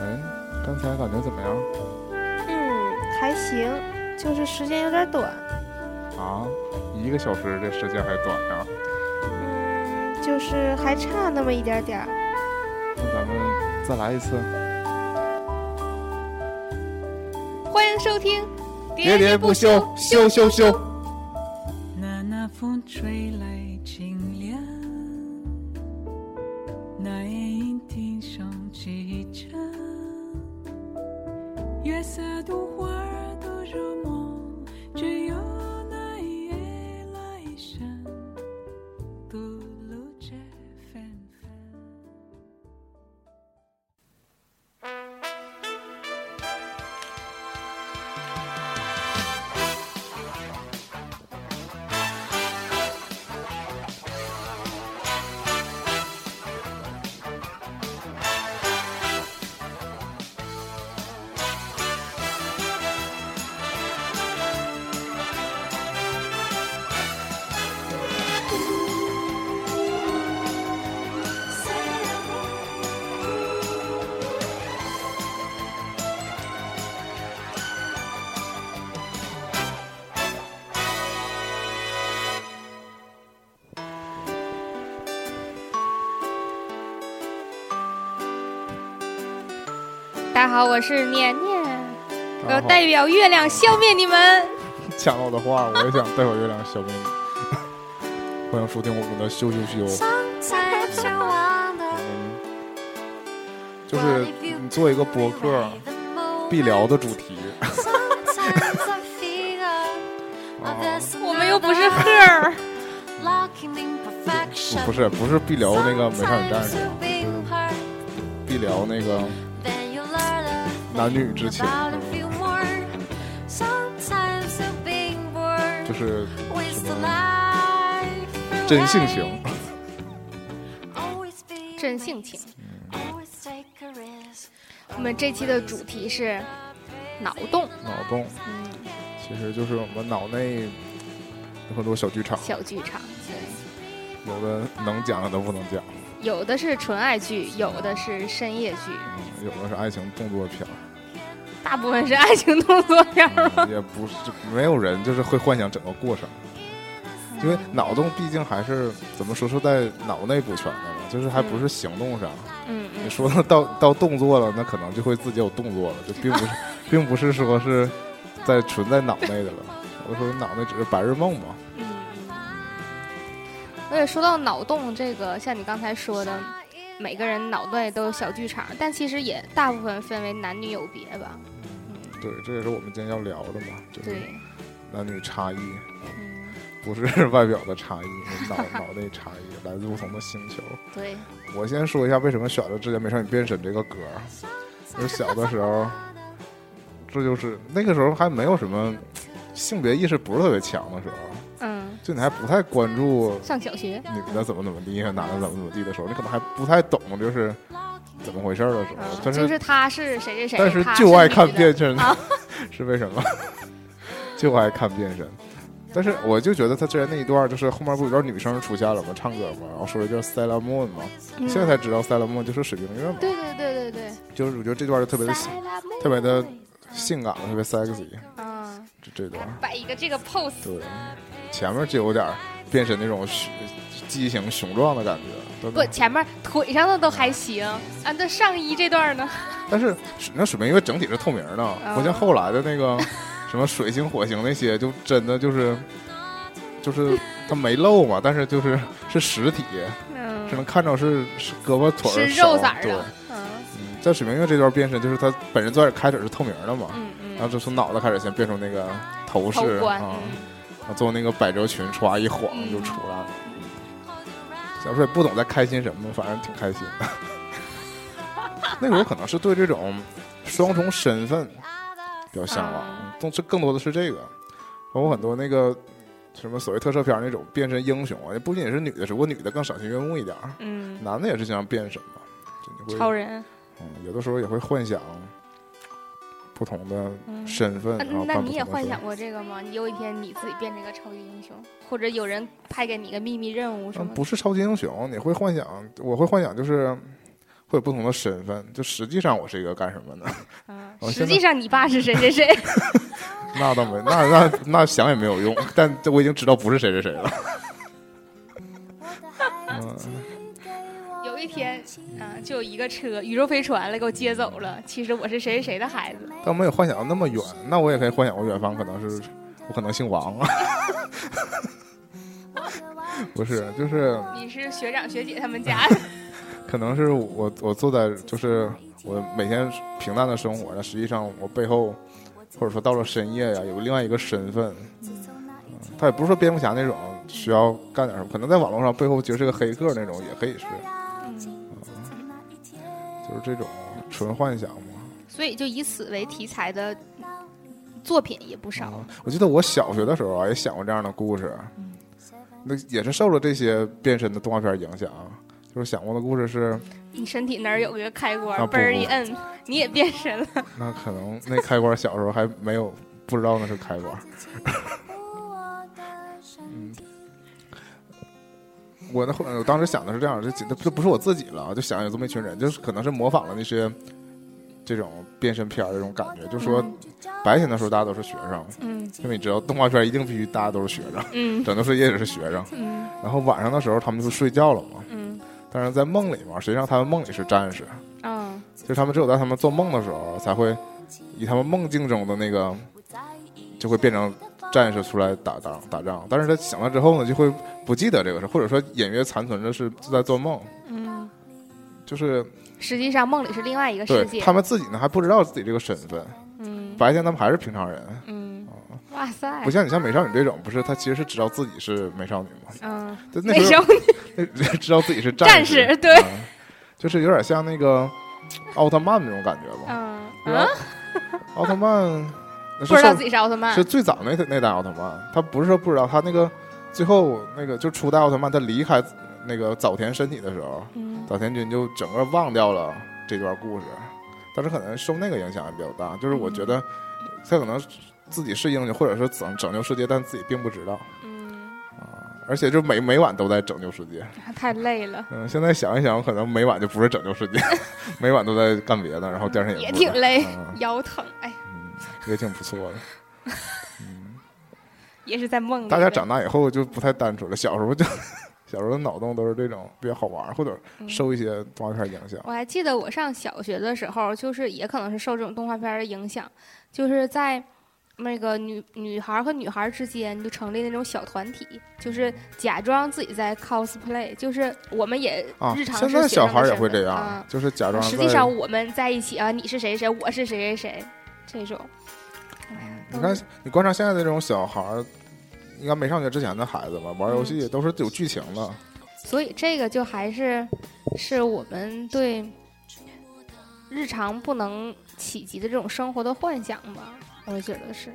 哎刚才感觉怎么样？嗯，还行，就是时间有点短。啊，一个小时这时间还短啊呀？嗯，就是还差那么一点点儿。那咱们再来一次。欢迎收听《休休休！那那风吹来清凉，那夜莺啼声齐唱，月色独花儿都入梦，只有那一夜来生，独路这纷纷。大家好，我是年年，我然要后代表月亮消灭你们。抢了我的话，我也想代表月亮消灭你。 欢迎收听我们的羞羞羞。 Sometimes I wonder 嗯，就是你做一个博客必 聊的主题。 Sometimes I figure 啊，我们又不是 her， lacking in perfection. 不不是不是必聊那个美少女战士 Sometimes 啊 you've，been hurt, 必聊那个 then you learn a thing 男女之情 about a few more. Sometimes you've been bored 就是什 with the 么 life you 真性情。 like. Always be 真性情。 amazed, always take a risk. 我们这期的主题是脑洞，脑洞，嗯其实就是我们脑内有很多小剧场，小剧场，有的能讲，有的不能讲，有的是纯爱剧，有的是深夜剧，嗯有的是爱情动作片儿，大部分是爱情动作片儿。嗯 也不是没有人就是会幻想整个过程，嗯因为脑洞毕竟还是怎么说是在脑内补全的嘛，就是还不是行动上。嗯你嗯，说到到到动作了，那可能就会自己有动作了，就并不是，并 不是说是在存在脑内的了。有的时候脑内只是白日梦嘛。而嗯且说到脑洞这个，像你刚才说嗯的，每个人脑袋都有小剧场，但其实也大部分分为男女有别吧。嗯对，这也是我们今天要聊的嘛，就是对，男女差异，嗯，不是外表的差异， 是脑脑内差异，来自不同的星球。对，我先说一下为什么选了《之前美少女变身》这个歌儿，就是小的时候，这就是那个时候还没有什么性别意识不是特别强的时候，嗯，就你还不太关注上小学，女的怎么怎么地，男的怎么怎么地的时候，你可能还不太懂就是怎么回事儿的时候嗯，，但就是他是谁谁谁，但是他就爱女看的变身啊， 是为什么？ 就爱看变身。但是我就觉得他之前那一段，就是后面不有段女生出现了吗？唱歌嘛，然后说了一句 “Sailor Moon” 嘛，嗯现在才知道 “Sailor Moon” 就是水冰月嘛。对对对对对，就是我觉得这段就特别的特别的性感，特别 sexy，啊，这这段。摆一个这个 pose，对，前面就有点变身那种雄畸形雄壮的感觉，但不，前面腿上的都还行，啊，那上衣这段呢？但是水那水冰月整体是透明的，嗯不像后来的那个什么水星、火星那些，就真的就是就是它没露嘛，但是就是是实体，嗯只能看着是是胳膊腿是儿肉手色儿对，的，嗯嗯在水冰月这段变身，就是他本人最开始是透明的嘛，嗯然嗯，后就从脑袋开始先变成那个头头饰冠，啊，嗯然后最后那个百褶裙歘一晃嗯就出来了。小时候也不懂在开心什么，反正挺开心。 那时候可能是对这种双重身份比较向往啊，更这更多的是这个，包括很多那个什么所谓特摄片那种变身英雄啊，也不仅仅是女的，只不过女的更赏心悦目一点儿，嗯，男的也是经常变身嘛，就你超会、人，嗯、有的时候也会幻想不同的嗯身份，啊然后那扮你不也同的幻身嗯想过这个吗？你有一天你自己变成一个超级英雄，或者有人派给你一个秘密任务什嗯，么的？不是超级英雄，你会幻想，我会幻想就是会有不同的身份。就实际上我是一个干什么的？嗯，哦实现际上你爸是谁谁谁，那倒没，那那那想也没有用。但这我已经知道不是谁谁谁了。嗯，有一天啊、就有一个车宇宙飞船来给我接走了。其实我是谁谁谁的孩子，但没有幻想到那么远，那我也可以幻想过远方可能是我可能姓王啊。不是，就是你是学长学姐他们家的。可能是我我坐在就是我每天平淡的生活，但实际上我背后或者说到了深夜呀、有另外一个身份。他也不是说蝙蝠侠那种需要干点什么，可能在网络上背后其实是个黑客那种，也可以是，嗯就是这种纯幻想嘛。 所以就以此为题材的作品也不少。啊我记得我小学的时候啊，也想过这样的故事，那也是受了这些变身的动画片影响啊。就是想过的故事是，你身体哪儿有一个开关啊，不嘣儿一摁，你也变身了。那可能那开关小时候还没有不知道那是开关。嗯，我那会我当时想的是这样，这这这不是我自己了，就想有这么一群人，就是可能是模仿了那些这种变身片儿的这种感觉，就说白天的时候大家都是学生，嗯因为你知道动画片一定必须大家都是学生，嗯整个世界也是学生。嗯然后晚上的时候他们就睡觉了嘛，嗯但是在梦里嘛，实际上他们梦里是战士，嗯就是他们只有在他们做梦的时候才会以他们梦境中的那个就会变成战士出来打打打仗，但是他醒了之后呢，就会不记得这个事，或者说隐约残存着是就在做梦，嗯。就是实际上梦里是另外一个世对界。他们自己呢还不知道自己这个身份，嗯白天他们还是平常人，嗯，哇塞哦不，像你像美少女这种，不是她其实是知道自己是美少女嘛，嗯，就那 那时时候候 知道自己是战士，士对嗯就是有点像那个奥特曼那种感觉吧。嗯不知道嗯，奥特曼啊是不知道上自己是奥特曼是。最早那那代奥特曼，他不是说不知道，他那个最后那个就初代奥特曼，他离开那个早田身体的时候，嗯早田君就整个忘掉了这段故事，但是可能受那个影响也比较大，就是我觉得嗯他可能自己是英雄，或者说拯拯救世界，但自己并不知道，嗯，而且就每每晚都在拯救世界。太累了，嗯，现在想一想，可能每晚就不是拯救世 界，每晚都在干别的，然后第二天也也哎不知挺道累嗯，腰疼，哎，嗯，也挺不错的。嗯也是在梦里。大家长，大以后就不太单纯了，小时候就小时候的脑洞都是这种比较好玩儿，或者嗯受一些动画片影响。我还记得我上小学的时候，就是也可能是受这种动画片儿的影响，就是在那个女女孩儿和女孩儿之间就成立那种小团体，就是假装自己在 cosplay，就是我们也啊，日常现是在学小生孩儿的也身会份这样，啊嗯就是假装实在际上我们在一起啊，你是谁谁，我是谁谁谁，这种。哎呀你都看是，你观察现在这种小孩儿，应该没上学之前的孩子吧，玩儿游嗯戏都是有剧情的。所以这个就还是是我们对日常不能企及的这种生活的幻想吧，我觉得是。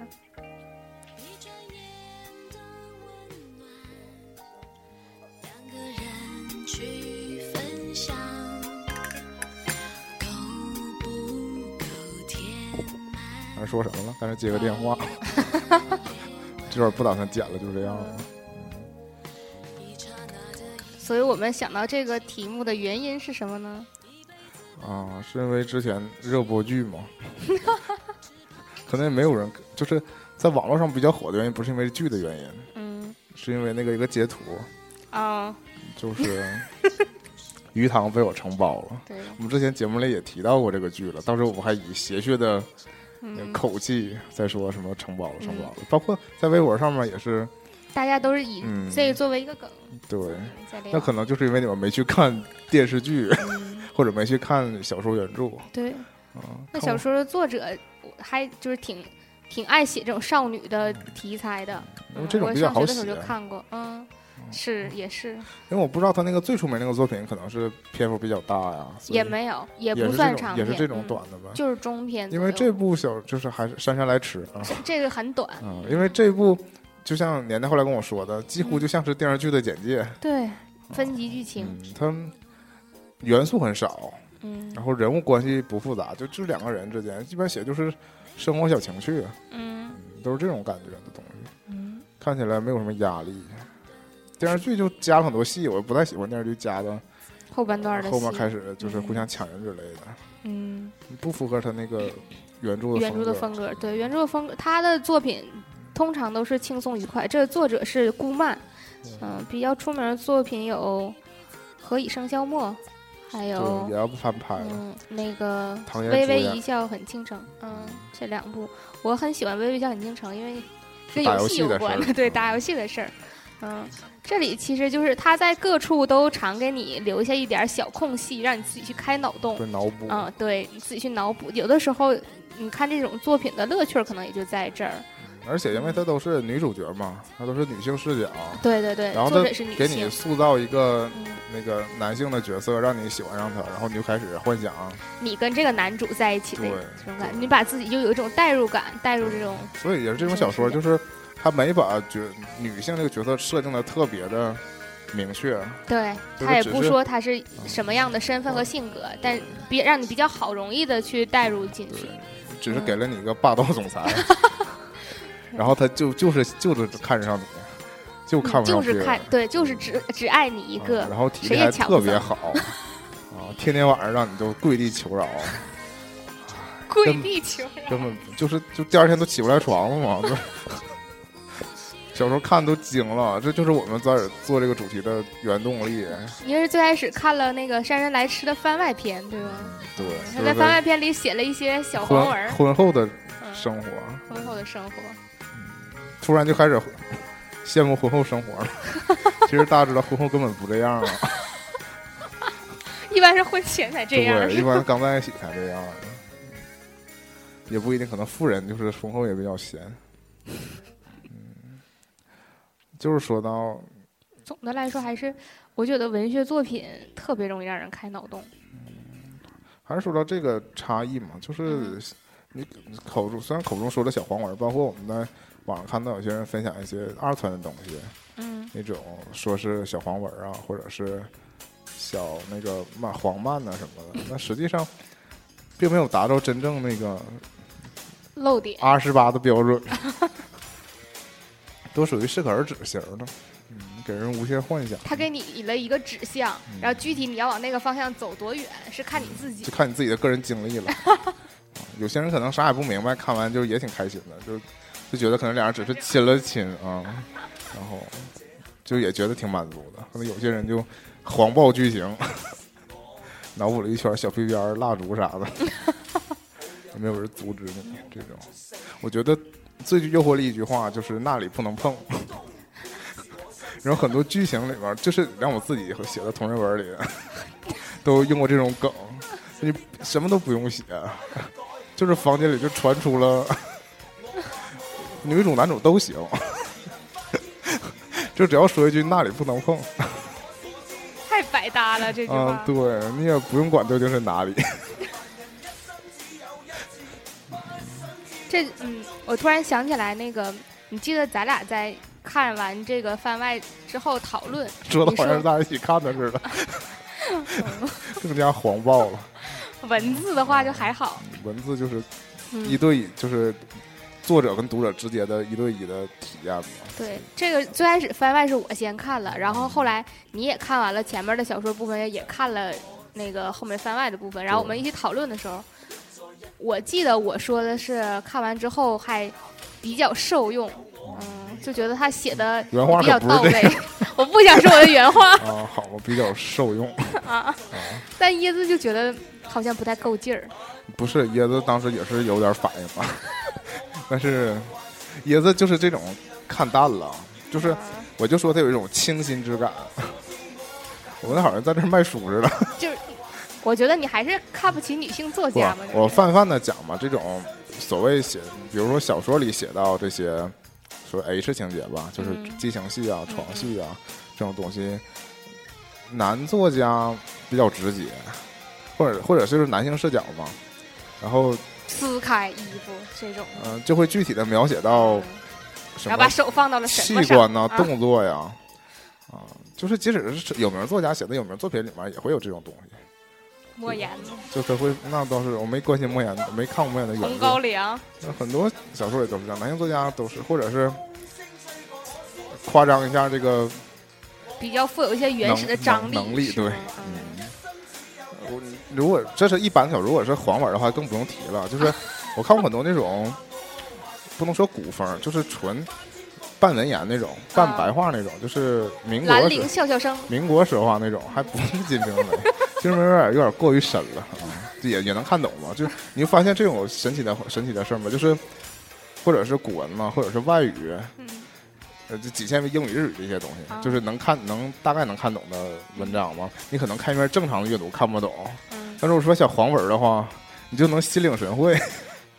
两个人去分享，够不够甜满？刚才说什么了？刚才接个电话，嗯 这会儿不打算剪了，就这样了。所以我们想到这个题目的原因是什么呢？嗯啊，是因为之前热播剧嘛， 可能也没有人，就是在网络上比较火的原因，不是因为剧的原因，嗯，是因为那个一个截图，啊、就是 鱼塘被我承包了。对，我们之前节目里也提到过这个剧了，当时我们还以邪谑的嗯，口气在说什么承包了、承包了，包括在微博上面也是，大家都是以嗯这个作为一个梗对，在聊。那可能就是因为你们没去看电视剧，嗯 或者没去看小说原著对，啊。那小说的作者我还就是挺挺爱写这种少女的题材的，因为嗯这种我比较上学好的时写候，就看过，嗯，是也是因为我不知道他那个最出名那个作品可能是篇幅比较大呀，所以也没有也也不是算这种长也篇，是这种嗯，短的吧。就是中篇左因右，为这部小就是还是姗姗来迟啊，这这个很短，嗯，因为这部就像年代后来跟我说的，几嗯乎就像是电视剧的简介，对，分级剧情，嗯，它元素很少，嗯然后人物关系不复杂，就就两个人之间，一般写就是生活小情趣，嗯嗯，都是这种感觉的东西，嗯，看起来没有什么压力。电视剧就加了很多戏，我不太喜欢电视剧加的后半段的戏后面开始就是互相抢人之类的，嗯，不符合他那个原著的原著格的风格，对原著的风格，他的作品通常都是轻松愉快。这个作者是顾漫，嗯、比较出名的作品有《何以笙箫默》，还对，有也要翻拍了。哦嗯那个啊唐嫣《微主微演一笑很倾城》。嗯，这两部我很喜欢《微微一笑很倾城》，因为跟打游游戏戏有的关事儿的，对打游戏的事儿。嗯，这里其实就是他在各处都常给你留下一点儿小空隙，让你自己去开脑洞对。脑补，嗯，对，你自己去脑补。有的时候，你看这种作品的乐趣儿可能也就在这儿。而且因为她都是女主角嘛，她都是女性视角，对对对，然后呃作她者是女给你性，塑造一个嗯，那个男性的角色，让你喜欢上他，然后你就开始幻想，啊你跟这个男主在一起的对这种感觉，对你把自己就有一种代入感，带入这种，所以也是这种小说，是就是她没把角女性这个角色设定的特别的明确，对就是他也只不是说他是什么样的身份和嗯性格，但比让你比较好容易的去带入进去对。，只嗯是给了你一个霸道总 裁，然后他就就是就是看上你，就看不你嗯就上别是人，看，对，就是只只爱你一个啊，然后体谁力也还抢特不别走 好啊，天天晚上让你就跪地求饶，跪根地求 根饶。本就是就第二天都起不来床了嘛。就小时候看都惊了，这就是我们在做这个主题的原动力。你是最开始看了那个《姗姗来迟》的番外篇，对吧？对，他就在是番外篇里写了一些小黄文婚儿，婚后的嗯，生活，婚后的生活。突然就开始羡慕婚后生活了。 其实大家知道婚后根本不这样啊，一般是婚前才这样， 对，一般刚在一起才这样的，也不一定，可能富人就是婚后也比较闲。嗯，就是说到总的来说，还是我觉得文学作品特别容易让人开脑洞。还是说到这个差异嘛，就是你口中虽然口中说的小黄文，包括我们在网上看到有些人分享一些二次元的东西，嗯那种说是小黄文啊，或者是小那个漫黄漫呐、什么的，那实际上并没有达到真正那个漏点， R 十八的标准， 都属于适可而止型的，嗯，给人无限幻想。他给你了一个指向，嗯然后具体你要往那个方向走多远，是看你自己就。看你自己的个人经历了。嗯有些人可能啥也不明白，看完就也挺开心的，就就觉得可能俩人只是亲了亲啊，然后就也觉得挺满足的。可能有些人就黄暴剧情， 脑补了一圈小屁鞭儿、蜡烛啥的，也没有人阻止你这种。我觉得最具诱惑力一句话就是“那里不能碰”。 然后很多剧情里边儿，就是让我自己写的同人文里， 都用过这种梗，你什么都不用写，啊就是房间里就传出了女主男主都行，就只要说一句那里不能碰太百搭了这句啊话，。对你也不用管究竟是哪里， 这嗯，我突然想起来那个，你记得咱俩在看完这个番外之后讨论，说的好像是大家一起看的似的，更加黄暴了。文字的话就还好，文字就是嗯一对一，就是作者跟读者之间的一对一的体验嘛。 对，这个最开始番外是我先看了，然后后来你也看完了前面的小说部分，也看了那个后面番外的部分，然后我们一起讨论的时候，我记得我说的是看完之后还比较受用，嗯，就觉得他写的哦原话比较可不到是这位。 我不想说我的原话啊，好吧，比较受用。啊，但椰子就觉得好像不太够劲儿，不是椰子，当时也是有点反应吧， 但是椰子就是这种看淡了，就是我就说他有一种清新之感。 我们好像在这儿卖书 似的，就是我觉得你还是看不起女性作不家嘛，，我泛泛的讲嘛，这种所谓写，比如说小说里写到这些，说 H 情节吧，就是嗯激情戏啊、床戏啊这种东西，男作家比较直接，或者或者就是男性视角嘛，然后撕开衣服这种，嗯、呃就会具体的描写到嗯哦什然后么把手放到了什器么上官呐、啊动作呀，嗯啊，就是即使是有名作家写的有名作品里面，也会有这种东西。莫言、就他会，那倒是我没关心莫言，没看过莫言的红原高著。粱，那很多小说里都是这样，男性作家都是，或者是夸张一下这个比较富有一些原始的张力能能力，是对吗，嗯，我如果这是一板口，如果是黄碗的话，更不用提了。 就是我看过很多那种，不能说古风，就是纯半文言那种、半白话那种，就是民国兰时陵笑笑生，民国说话那种，还不是金瓶梅， 金瓶梅有点有点过于深了，啊也也能看懂嘛。就是你就发现这种神奇的神奇的事儿嘛，就是或者是古文嘛，或者是外语，嗯，呃，就仅限于英语、日语这些东西，啊就是能看能大概能看懂的文章嘛。你可能看一遍正常的阅读看不懂，嗯但是我说小黄文儿的话，你就能心领神会，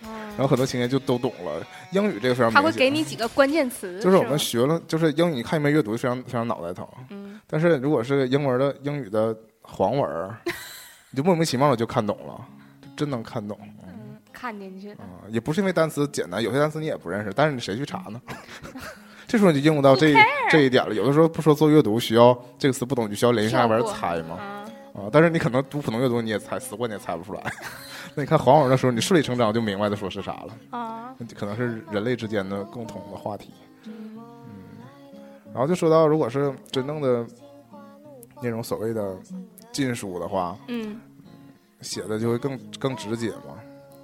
然后嗯，很多情节就都懂了。英语这个非常他会明给显，你几个关键词，就是我吗们学了，就是英语看一遍阅读非常非常脑袋疼。嗯但是如果是英文的英语的黄文儿，你就莫名其妙的就看懂了，就真能看懂嗯，看进去了啊、。也不是因为单词简单，有些单词你也不认识，但是你谁去查呢？ 这时候你就应用到这一这一点了。有的时候不说做阅读需要这个词不懂，你就需要连下边跳过猜嘛啊，啊、但是你可能读普通阅读你也猜死活你也猜不出来。 那你看黄文的时候，你顺理成章就明白他说是啥了。啊，那可能是人类之间的共同的话题。嗯，然后就说到，如果是真正的那种所谓的禁书的话，嗯写的就会更更直接嘛，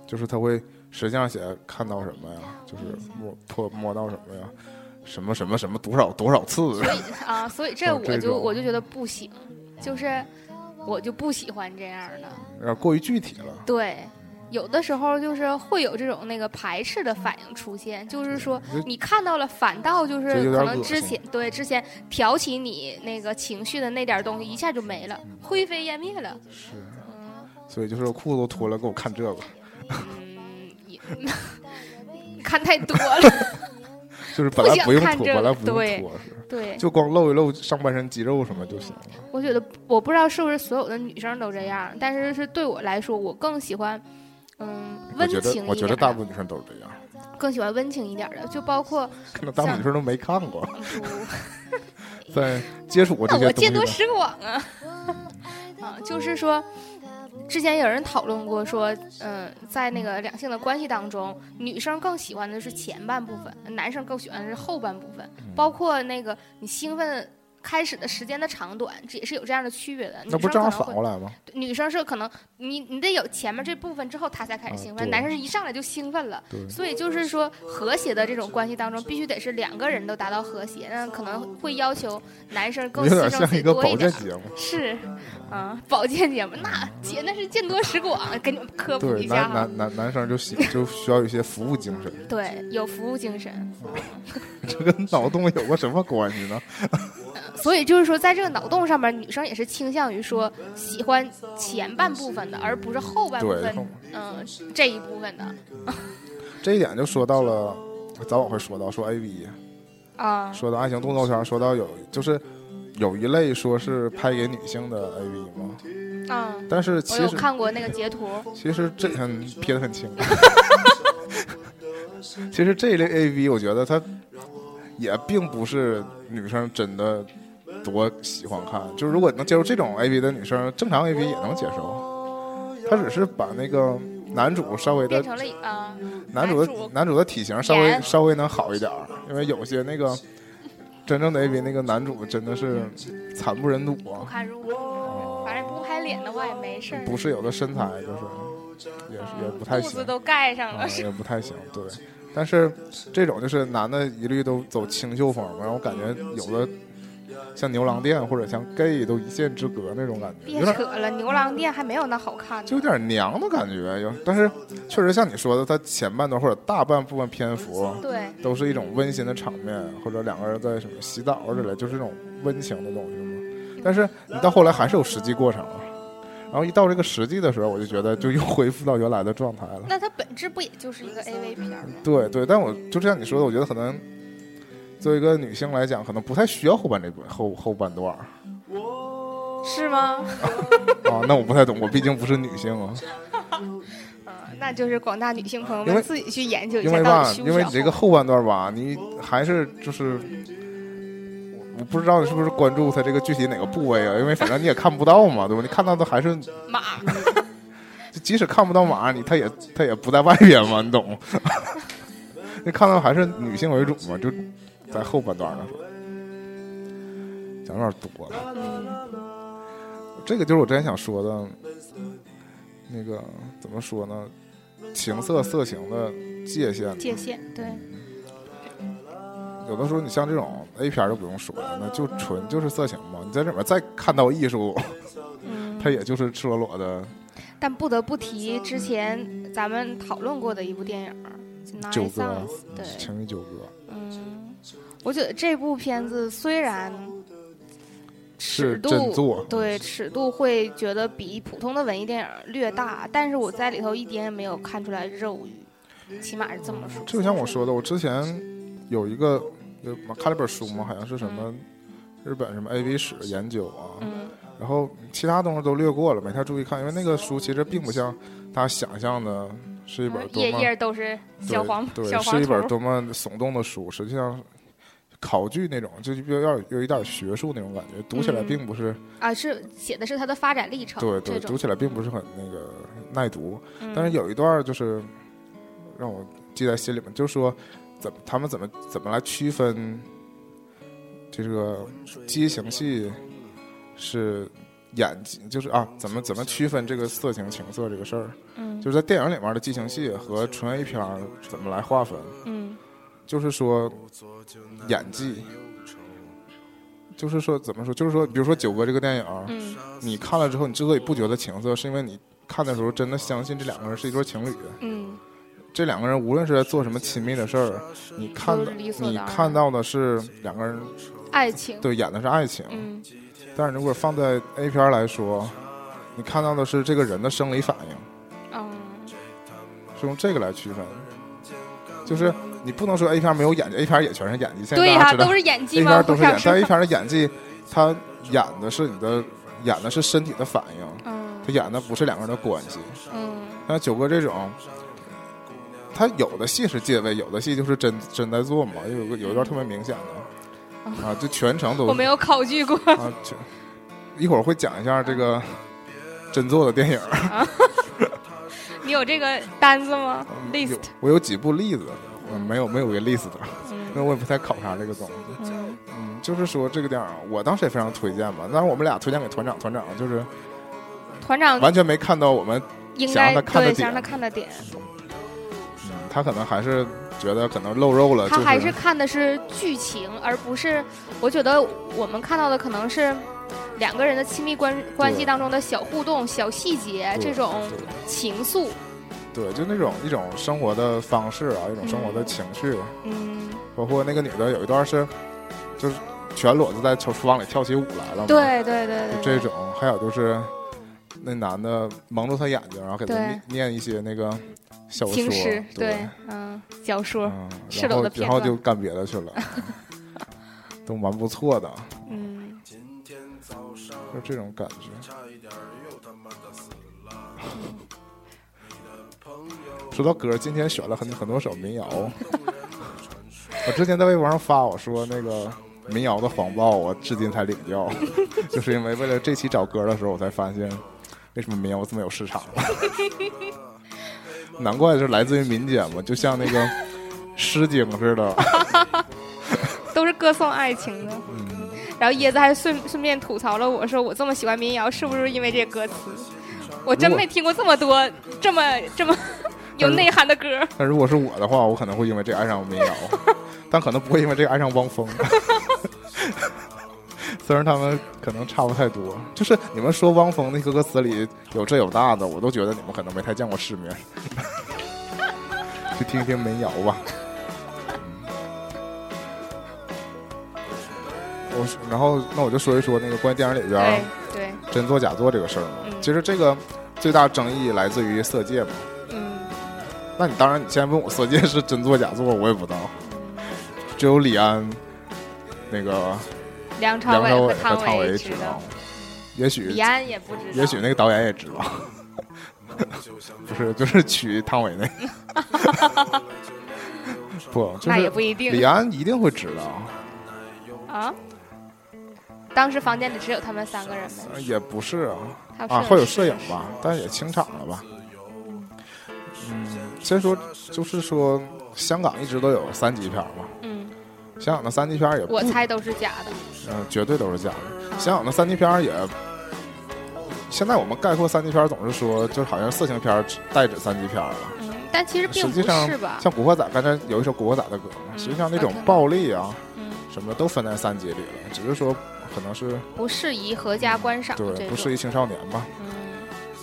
就是他会实际上写看到什么呀，就是摸破摸到什么呀，什么什么什么多少多少次，啊，所以这像我哦这嗯就种我就觉得不行，就是我就不喜欢这样的。有点过于具体了。对，有的时候就是会有这种那个排斥的反应出现，就是说就你看到了，反倒就是就有点可能恶之心前对之前挑起你那个情绪的那点儿东西一下就没了，嗯灰飞烟灭了。是，所以就是我裤子都脱了，给我看这个，嗯，也 看太多了， 就是本来不想不用看脱，这个本来不对用脱是，对。就光露一露上半身肌肉什么就行了。我觉得我不知道是不是所有的女生都这样，但是是对我来说，我更喜欢，嗯，我温觉情得一点的，我觉得大部分女生都是这样。更喜欢温情一点的，就包括可能大部分女生都没看 过，嗯在接触过这那些我东西见呢多识广啊，啊，就是说，之前有人讨论过说，嗯、在那个两性的关系当中，女生更喜欢的是前半部分，男生更喜欢的是后半部分，嗯包括那个你兴奋。开始的时间的长短，这也是有这样的区别的。女那生不可正好能反会。过来吗？女生是可能你你得有前面这部分之后，她才开始啊兴奋，对男生是一上来就兴奋了。对所以就是说，和谐的这种关系当中，必须得是两个人都达到和谐，那可能会要求男生更有牺点牲自像己一个多保一健点。节目，是，啊，保健节目那姐那是见多识广，给你们科普对一下男哈。男男男生就喜就需要一些服务精神，对，有服务精神。这跟脑洞有个什么关系呢？所以就是说，在这个脑洞上面，女生也是倾向于说喜欢前半部分的，而不是后半部对分，，嗯、这一部分的这一点就说到了，早晚会说到说 A V，啊。说到爱情动作片，说到有就是有一类说是拍给女性的 A V 嘛，嗯，但是我其有实看过那个截图，其实这很撇得很清。 其实这一类 A V，我觉得它也并不是女生真的多喜欢看，就是如果能接受这种 A V 的女生，正常 A V 也能接受。她只是把那个男主稍微变的成了啊、男主的男主男主的体型稍微脸稍微能好一点儿，因为有些那个真正的 A V 那个男主真的是惨不忍睹不啊，堪入目。反正不拍脸的话也没事儿，不是有的身材就是也是也不太肚行子。都盖上啊了，，也不太行，对。但是这种就是男的一律都走清秀风嘛，然后感觉有的像牛郎店或者像 gay 都一线之隔那种感觉，别有点扯了，牛郎店还没有那好看就呢。有点娘的感觉。有，但是确实像你说的，它前半段或者大半部分篇幅对，都是一种温馨的场面，或者两个人在什么洗澡之类，就是这种温情的东西嘛。但是你到后来还是有实际过程啊，然后一到这个实际的时候，我就觉得就又恢复到原来的状态了。那它本质不也就是一个 A V 片儿吗？对对，但我就像你说的，我觉得可能作为一个女性来讲，可能不太需要后半这部后后半段儿是吗？啊。那我不太懂，我毕竟不是女性 啊。嗯，那就是广大女性朋友因为们自己去研究一因下为到吧底，需不因需为要你这个后半段吧，你还是就是。我我不知道你是不是关注它这个具体哪个部位啊？因为反正你也看不到嘛，对吧？你看到的还是，马 就即使看不到马，你它也它也不在外边嘛，你懂？ 你看到还是女性为主嘛，就在啊后半段的时候，讲得有点多了。这个就是我之前想说的，那个怎么说呢？情色色情的界限，界限，对，有的时候你像这种 A 片儿就不用说了，那就纯就是色情嘛。你在这里面再看到艺术，嗯，它也就是赤裸裸的但不得不提之前咱们讨论过的一部电影儿《Nine 九歌 Songs》，对，情欲纠葛，嗯，我觉得这部片子虽然尺是度真做。对尺度会觉得比普通的文艺电影略大，但是我在里头一点也没有看出来肉欲，起码是这么说。就像我说的，我之前有一个有看了本书嘛，好像是什么日本什么 AV 史研究啊，嗯，然后其他东西都略过了，没太注意看，因为那个书其实并不像大家想象的是一本多嗯页么页都是小黄对小对，黄是一本图，多么耸动的书，实际上。考据那种，就有点有一点学术那种感觉，读起来嗯并不是、啊，是写的是它的发展历程，对这对，种读，起来并不是很那个耐读。嗯但是有一段就是让我记在心里面，就是说怎么他们怎么怎么来区分这个激情戏是演技，就是啊，怎么怎么区分这个色情情色这个事儿，嗯就是在电影里面的激情戏和纯 A 片儿怎么来划分，嗯就是说演技。就是说，怎么说？就是说，比如说《九哥》这个电影，嗯你看了之后，你之所以不觉得情色，是因为你看的时候真的相信这两个人是一对情侣。嗯，这两个人无论是在做什么亲密的事儿，你看都到是理所你当然看到的是两个人爱情，对演的是爱情，嗯但是如果放在 A 片儿来说，你看到的是这个人的生理反应，嗯是用这个来区分。就是你不能说 A 片儿没有演技，A 片儿也全是演技。现在对大家呀、知道都是演技 A 片吗？儿都是互相演，释但 A 放片儿的演技，他演的是你的演的是身体的反应，他嗯演的不是两个人的关系。嗯像九哥这种，他有的戏是借位，有的戏就是真真在做嘛。有个有一段特别明显的，啊，就全程都哦我没有考据过， 啊，全一会儿会讲一下这个真做的电影儿，你有这个单子吗有？list，我有几部例子，我没有没有一个 list 的，因为 嗯我也不太考察这个东西。嗯嗯，就是说这个电影儿，我当时也非常推荐吧，但是我们俩推荐给团长，团长就是团长完全没看到我们，应想该让他看的对点想让他看的点，嗯，他可能还是觉得可能露肉呃了，就他还是看的是剧情，而不是我觉得我们看到的可能是两个人的亲密关关系当中的小互动、小细节对这种对情愫。对，就那种一种生活的方式啊，一种生活的情绪，嗯，包括那个女的有一段是，就是全裸就在厨房里跳起舞来了嘛，，对对对就对，嗯这种，还有就是那男的蒙住她眼睛，然后给她对念念一些那个小说，情诗对，嗯，小说，嗯，赤然裸后的片然后段就干别的 去了，都蛮不错的，啊嗯，就这种感觉。说到歌，今天选了很很多首民谣。 我之前在微博上发，我说那个民谣的黄暴，我至今才领教， 就是因为为了这期找歌的时候，我才发现为什么民谣这么有市场了。 难怪是来自于民间嘛，就像那个 《诗经》似的。都是歌颂爱情的。嗯然后椰子还顺顺便吐槽了我说我这么喜欢民谣，是不是因为这歌词？我真如果没听过这么多这么这么 有内涵的歌。但如果是我的话，我可能会因为这个爱上民谣， 但可能不会因为这个爱上汪峰。 虽然他们可能差不太多，就是你们说汪峰那歌词里有这有那的，我都觉得你们可能没太见过世面。 去听听民谣吧。嗯我是然后那我就说一说那个关于电影里边儿对对，真做假做这个事儿嘛。嗯其实这个最大争议来自于色戒嘛。嗯。那你当然，你现在问我色戒是真做假做，我也不知道。只有李安、那个梁朝梁伟朝伟和汤汤唯唯知道道，，也许李安也不知道，也许那个导演也知道，不是就是取汤唯那个，不就那也是不一定李安一定会知道，啊。当时房间里只有他们三个人呗，呃也不是啊还啊摄会有影师摄影吧，但是也清场了吧。嗯，先说就是说，香港一直都有三级片儿嘛，嗯，香港的三级片儿也不呃我猜都是假的。嗯，绝对都是假的。香港的三级片儿也现在我们概括三级片儿总是说，就是好像色情片儿只代指三级片儿了。嗯，但其实并实不际上是吧？像《古惑仔》，刚才有一首《古惑仔》的歌嘛，嗯实际上那啊种可能暴力啊嗯，什么的都分在三级里了，只是说可能是不适宜合家观赏啊这对种。不适宜青少年吧。嗯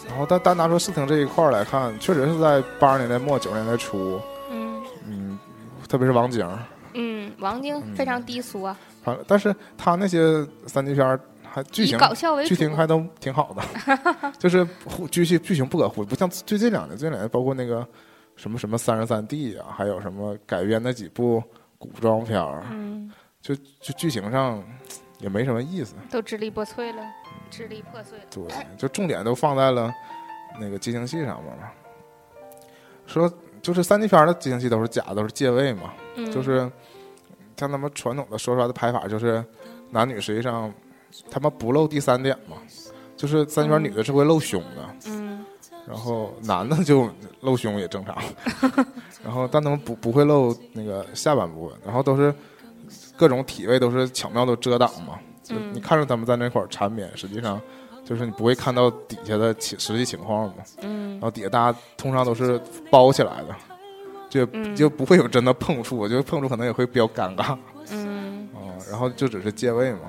然后但单拿说色情这一块儿来看，确实是在八十年代末九十年代初，嗯嗯，特别是王晶儿，嗯，王晶非常低俗啊，反但是他那些三级片儿还剧以情搞笑为剧主。情还都挺好的， 就是忽剧情剧情不可忽视，不像最近两年，最近两年包括那个什么什么三十三 D 啊，还有什么改编的几部古装片儿，嗯，就就剧情上也没什么意思。都支离破碎了，支离破碎了。对，就重点都放在了那个激情戏上面了。说就是三级片儿的激情戏都是假的，都是借位嘛，嗯，就是像他们传统的说出来的拍法，就是男女实际上他们不露第三点嘛，就是三级片儿女的是会露胸的。嗯然后男的就露胸也正常，然后但他们不不会露那个下半部分，然后都是各种体位都是巧妙的遮挡嘛，就嗯你看着他们在那块儿缠绵，实际上就是你不会看到底下的情实际情况嘛，然嗯，后底下大家通常都是包起来的，就嗯就不会有真的碰触，我觉得碰触可能也会比较尴尬。嗯哦，然后就只是借位嘛。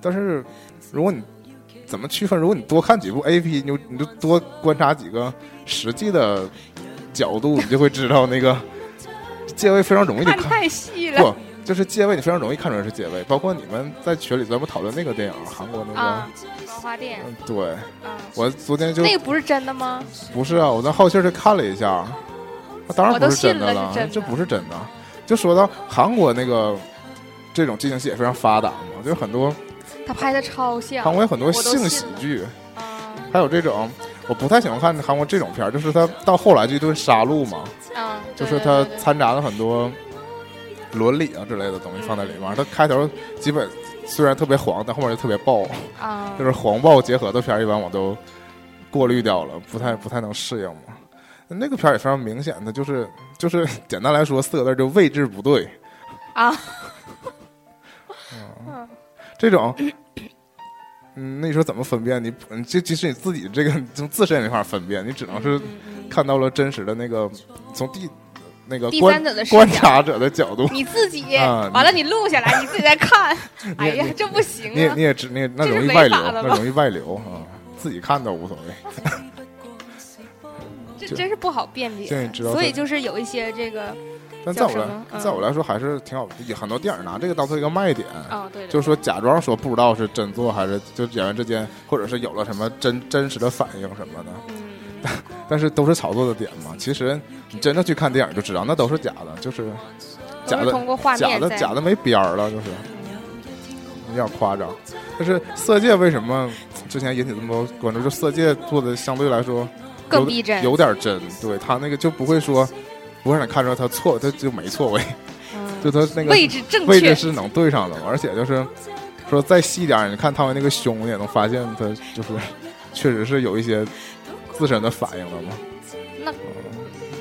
但是如果你怎么区分？如果你多看几部 A P，你就你就多观察几个实际的角度，你就会知道那个借位非常容易就看看太 细了不。就是借位，你非常容易看出来是借位。包括你们在群里咱们讨论那个电影，韩国那个，啊！花花店，嗯，对嗯，我昨天就那个不是真的吗？不是啊，我在好奇儿去看了一下，那当然不是真的我都信了是真的这不是真的。就说到韩国那个这种进行戏也非常发达嘛，就是很多他拍的超像。韩国有很多啊我都信性了喜剧，啊还有这种我不太喜欢看韩国这种片儿，就是他到后来就一顿杀戮嘛，啊，就是对对他对对掺杂了很多伦理啊之类的东西放在里面儿。他开头基本虽然特别黄，但后面就特别爆， 啊就，是黄暴结合的片儿，一般我都过滤掉了，不太不太能适应嘛。那个片儿也非常明显的，就是就是简单来说四个字儿就位置不对啊。嗯这种，嗯，那你说怎么分辨？你你这即使你自己这个从自身也没法分辨，你只能嗯是看到了真实的那个从第那个第观三者的视观角，察者的角度，你自己啊完了，你录下来，你自己再 看。你哎也呀你，这不行你也啊你！也只你也那这是容易违外流，法的那吧容易外流啊、自己看倒无所谓。这真是不好辨别。对知道所以它就是有一些这个，但在我叫什么来，嗯在我来说还是挺好，也很多电影拿这个当做一个卖点，哦，对就对，是说假装说不知道是真做还是就演员之间，或者是有了什么真真实的反应什么的，嗯， 但是都是炒作的点嘛。其实你真的去看电影就知道，那都是假的，就是假都是的通过画假面的在假的没边儿了，就是有点夸张。但是《色戒》为什么之前引起这么多关注？就《色戒》做的相对来说更有逼真有点真，对他那个就不会说。不会让你看出来他错，他就没错位，嗯 就他那个位置 正位置确，是能对上的，而且就是说再细点儿，你看他们那个胸，你也能发现他就是确实是有一些自身的反应了嘛。难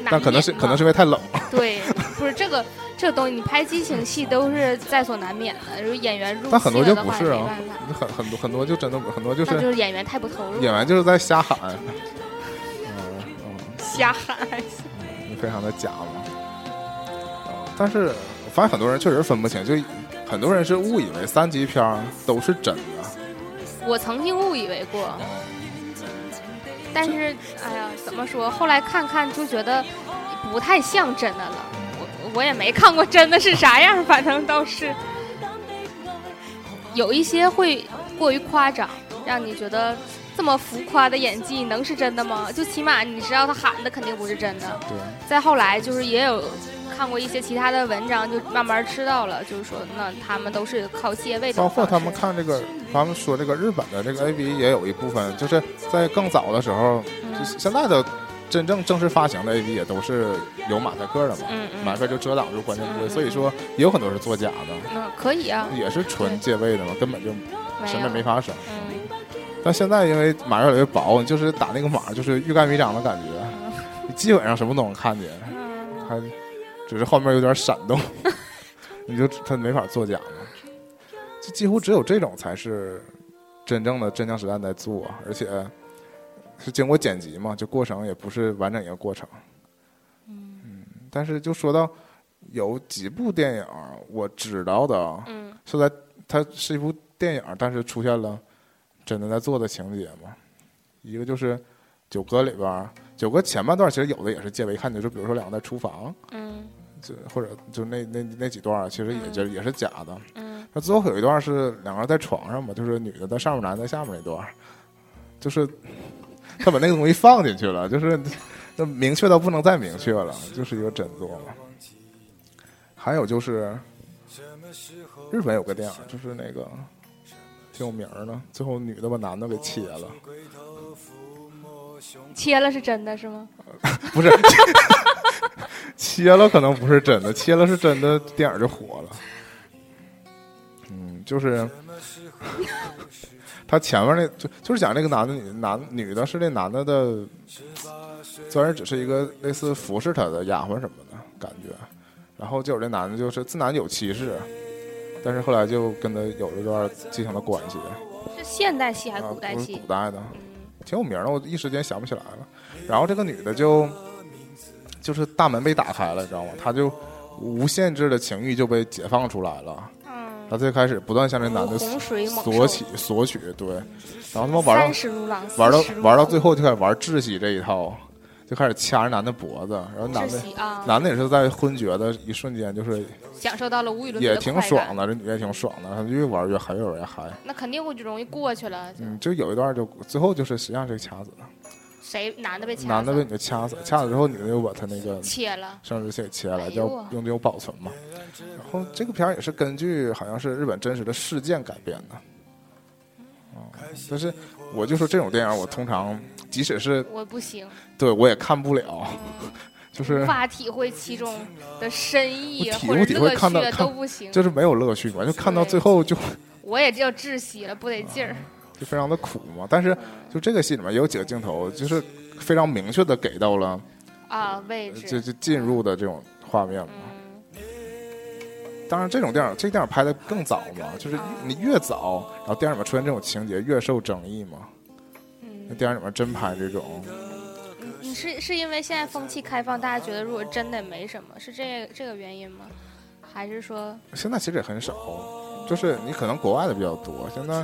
但可能免是嘛可能是因为太冷了，对，不是这个这东西，你拍激情戏都是在所难免的。如果演员入戏但很多就了的不话是也啊没办法很很多很多就真的很多就那是就是演员太不投入，演员就是在瞎喊，嗯瞎喊。嗯，非常的假嘛。嗯但是我发现很多人确实分不清，就很多人是误以为三级片儿都是真的。我曾经误以为过，但是哎呀，怎么说？后来看看就觉得不太像真的了。我我也没看过真的是啥样，反正倒是有一些会过于夸张，让你觉得这么浮夸的演技能是真的吗？就起码你知道他喊的肯定不是真的。对，再后来就是也有看过一些其他的文章，就慢慢知道了，就是说那他们都是靠借位的包方式。括他们看这个，他们说这个日本的这个 A V 也有一部分，就是在更早的时候，就嗯现在的真正正式发行的 A V 也都是有马赛克的嘛，嗯马嗯赛克就遮挡住关键部位，嗯嗯所以说也有很多是作假的，嗯，可以啊，也是纯借位的嘛，根本就没审有美没法审。嗯但现在因为码越来越薄，你就是打那个码就是欲盖弥彰的感觉，你基本上什么都能看见，嗯还只是后面有点闪动， 你就他没法作假了。就几乎只有这种才是真正的真枪实弹在做，而且是经过剪辑嘛，就过程也不是完整一个过程。嗯，但是就说到有几部电影儿我知道的啊，嗯是在它是一部电影儿，但是出现了真的在做的情节嘛。一个就是《九歌》里边儿，《九歌》前半段其实有的也是借为看的，就比如说两个在厨房，嗯就或者就那那那几段儿，其实也就、也是假的。嗯那最后有一段是两个人在床上嘛，就是女的在上面，男的在下面那段儿，就是他把那个东西放进去了，就是那明确到不能再明确了，就是一个真做嘛。还有就是日本有个电影，就是那个挺有名儿的，最后女的把男的给切了，嗯切了是真的是吗？不是 切了，可能不是真的，切了是真的，电影就火了。嗯，就是 他前面那就就是讲那个男的女男女的是那男的的，虽然只是一个类似服侍他的丫鬟什么的感觉，然后结果这男的就是自男有其事，但是后来就跟他有了段畸形的关系，是现代戏还啊是古代不是戏古？代的，嗯挺有名的，我一时间想不起来了。然后这个女的就就是大门被打开了，你知道吗？她就无限制的情欲就被解放出来了。她嗯，最开始不断向这男的洪水猛索兽取，索取，对。然后他妈玩三到十如狼，四玩到十如玩到虎最后就开始玩窒息这一套，就开始掐着男的脖子，然后男窒的息啊，男的也是在昏厥的一瞬间，就是享受到了无与伦比也的挺快爽感。的，这女的也挺爽的，她越玩越嗨，越玩越嗨。那肯定会就容易过去了。嗯，就有一段就最后就是实际上是掐死的。谁男的被掐死了？男的被女的掐死，掐死之后女的又把他那个切了，生殖器给切了，哎叫呦用这种保存嘛。然后这个片儿也是根据好像是日本真实的事件改编的。嗯哦，但是我就说这种电影，我通常即使是我不行，对我也看不了， 就是无法体会其中的深意啊我体或者我体会乐看到趣看都不行，就是没有乐趣嘛，就看到最后就我也要窒息了，不得劲儿。就非常的苦嘛。但是就这个戏里面也有几个镜头，就是非常明确的给到了啊，位就置，就进入的这种画面嘛。嗯，当然，这种电影，这个电影拍的更早嘛，就是哦你越早，然后电影里面出现这种情节越受争议嘛。那嗯，电影里面真拍这种，你你是是因为现在风气开放，大家觉得如果真的没什么，是这这个原因吗？还是说，现在其实也很少，就是你可能国外的比较多，现在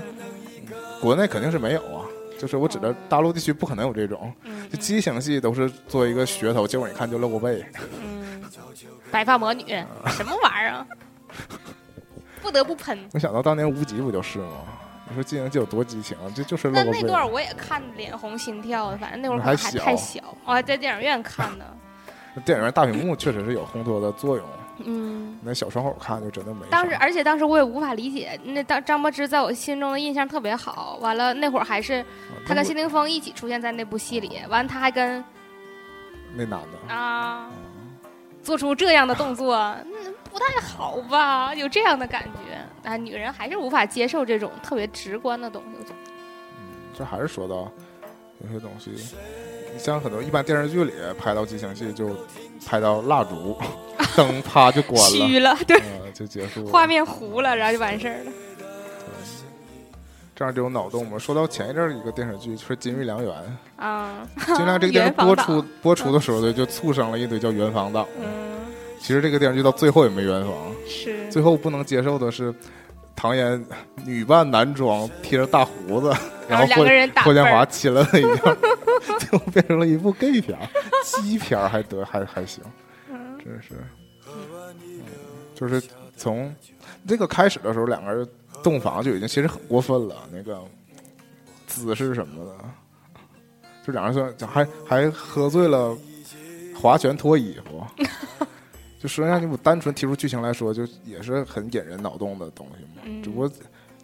国内肯定是没有啊。就是我指的大陆地区不可能有这种，嗯就畸形戏都是作为一个噱头，结果你看就露过背。嗯，白发魔女什么玩意儿啊？不得不喷。我想到当年无极不就是吗？你说畸形戏有多畸形，这就是露那过那背。段我也看得脸红心跳的，反正那会儿那可能还还小太小，我还在电影院看的。电影院大屏幕确实是有烘托的作用，嗯，那小窗口看就真的没啥。啊当时而且当时我也无法理解，那当张柏芝在我心中的印象特别好。完了那会儿还是她跟谢霆锋一起出现在那部戏里，完了她还跟那男的，啊做出这样的动作，嗯，不太好吧？有这样的感觉啊，女人还是无法接受这种特别直观的东西。我觉得这还是说到有些东西，你像很多一般电视剧里拍到激情戏，就拍到蜡烛 灯啪就关了，虚了，对，呃，就结束了。画面糊了，然后就完事儿了。这样就有脑洞嘛。说到前一阵儿一个电视剧，就是《金玉良缘啊，》， 《金玉良缘》这个电视圆剧房播党出播出的时候呢，就促生了一堆叫圆房党。嗯，其实这个电视剧到最后也没圆房，是最后不能接受的是唐嫣女扮男装，贴着大胡子，然后后两霍个人打霍建啵儿华亲了他一下， 最后变成了一部 gay 片儿，基片儿还得还还行，真是，嗯就是从这个开始的时候，两个人洞房就已经其实很过分了，那个姿势什么的，就两个人说还还喝醉了，划拳脱衣 服。就实际上，你我单纯提出剧情来说，就也是很引人脑洞的东西嘛。嗯只不过，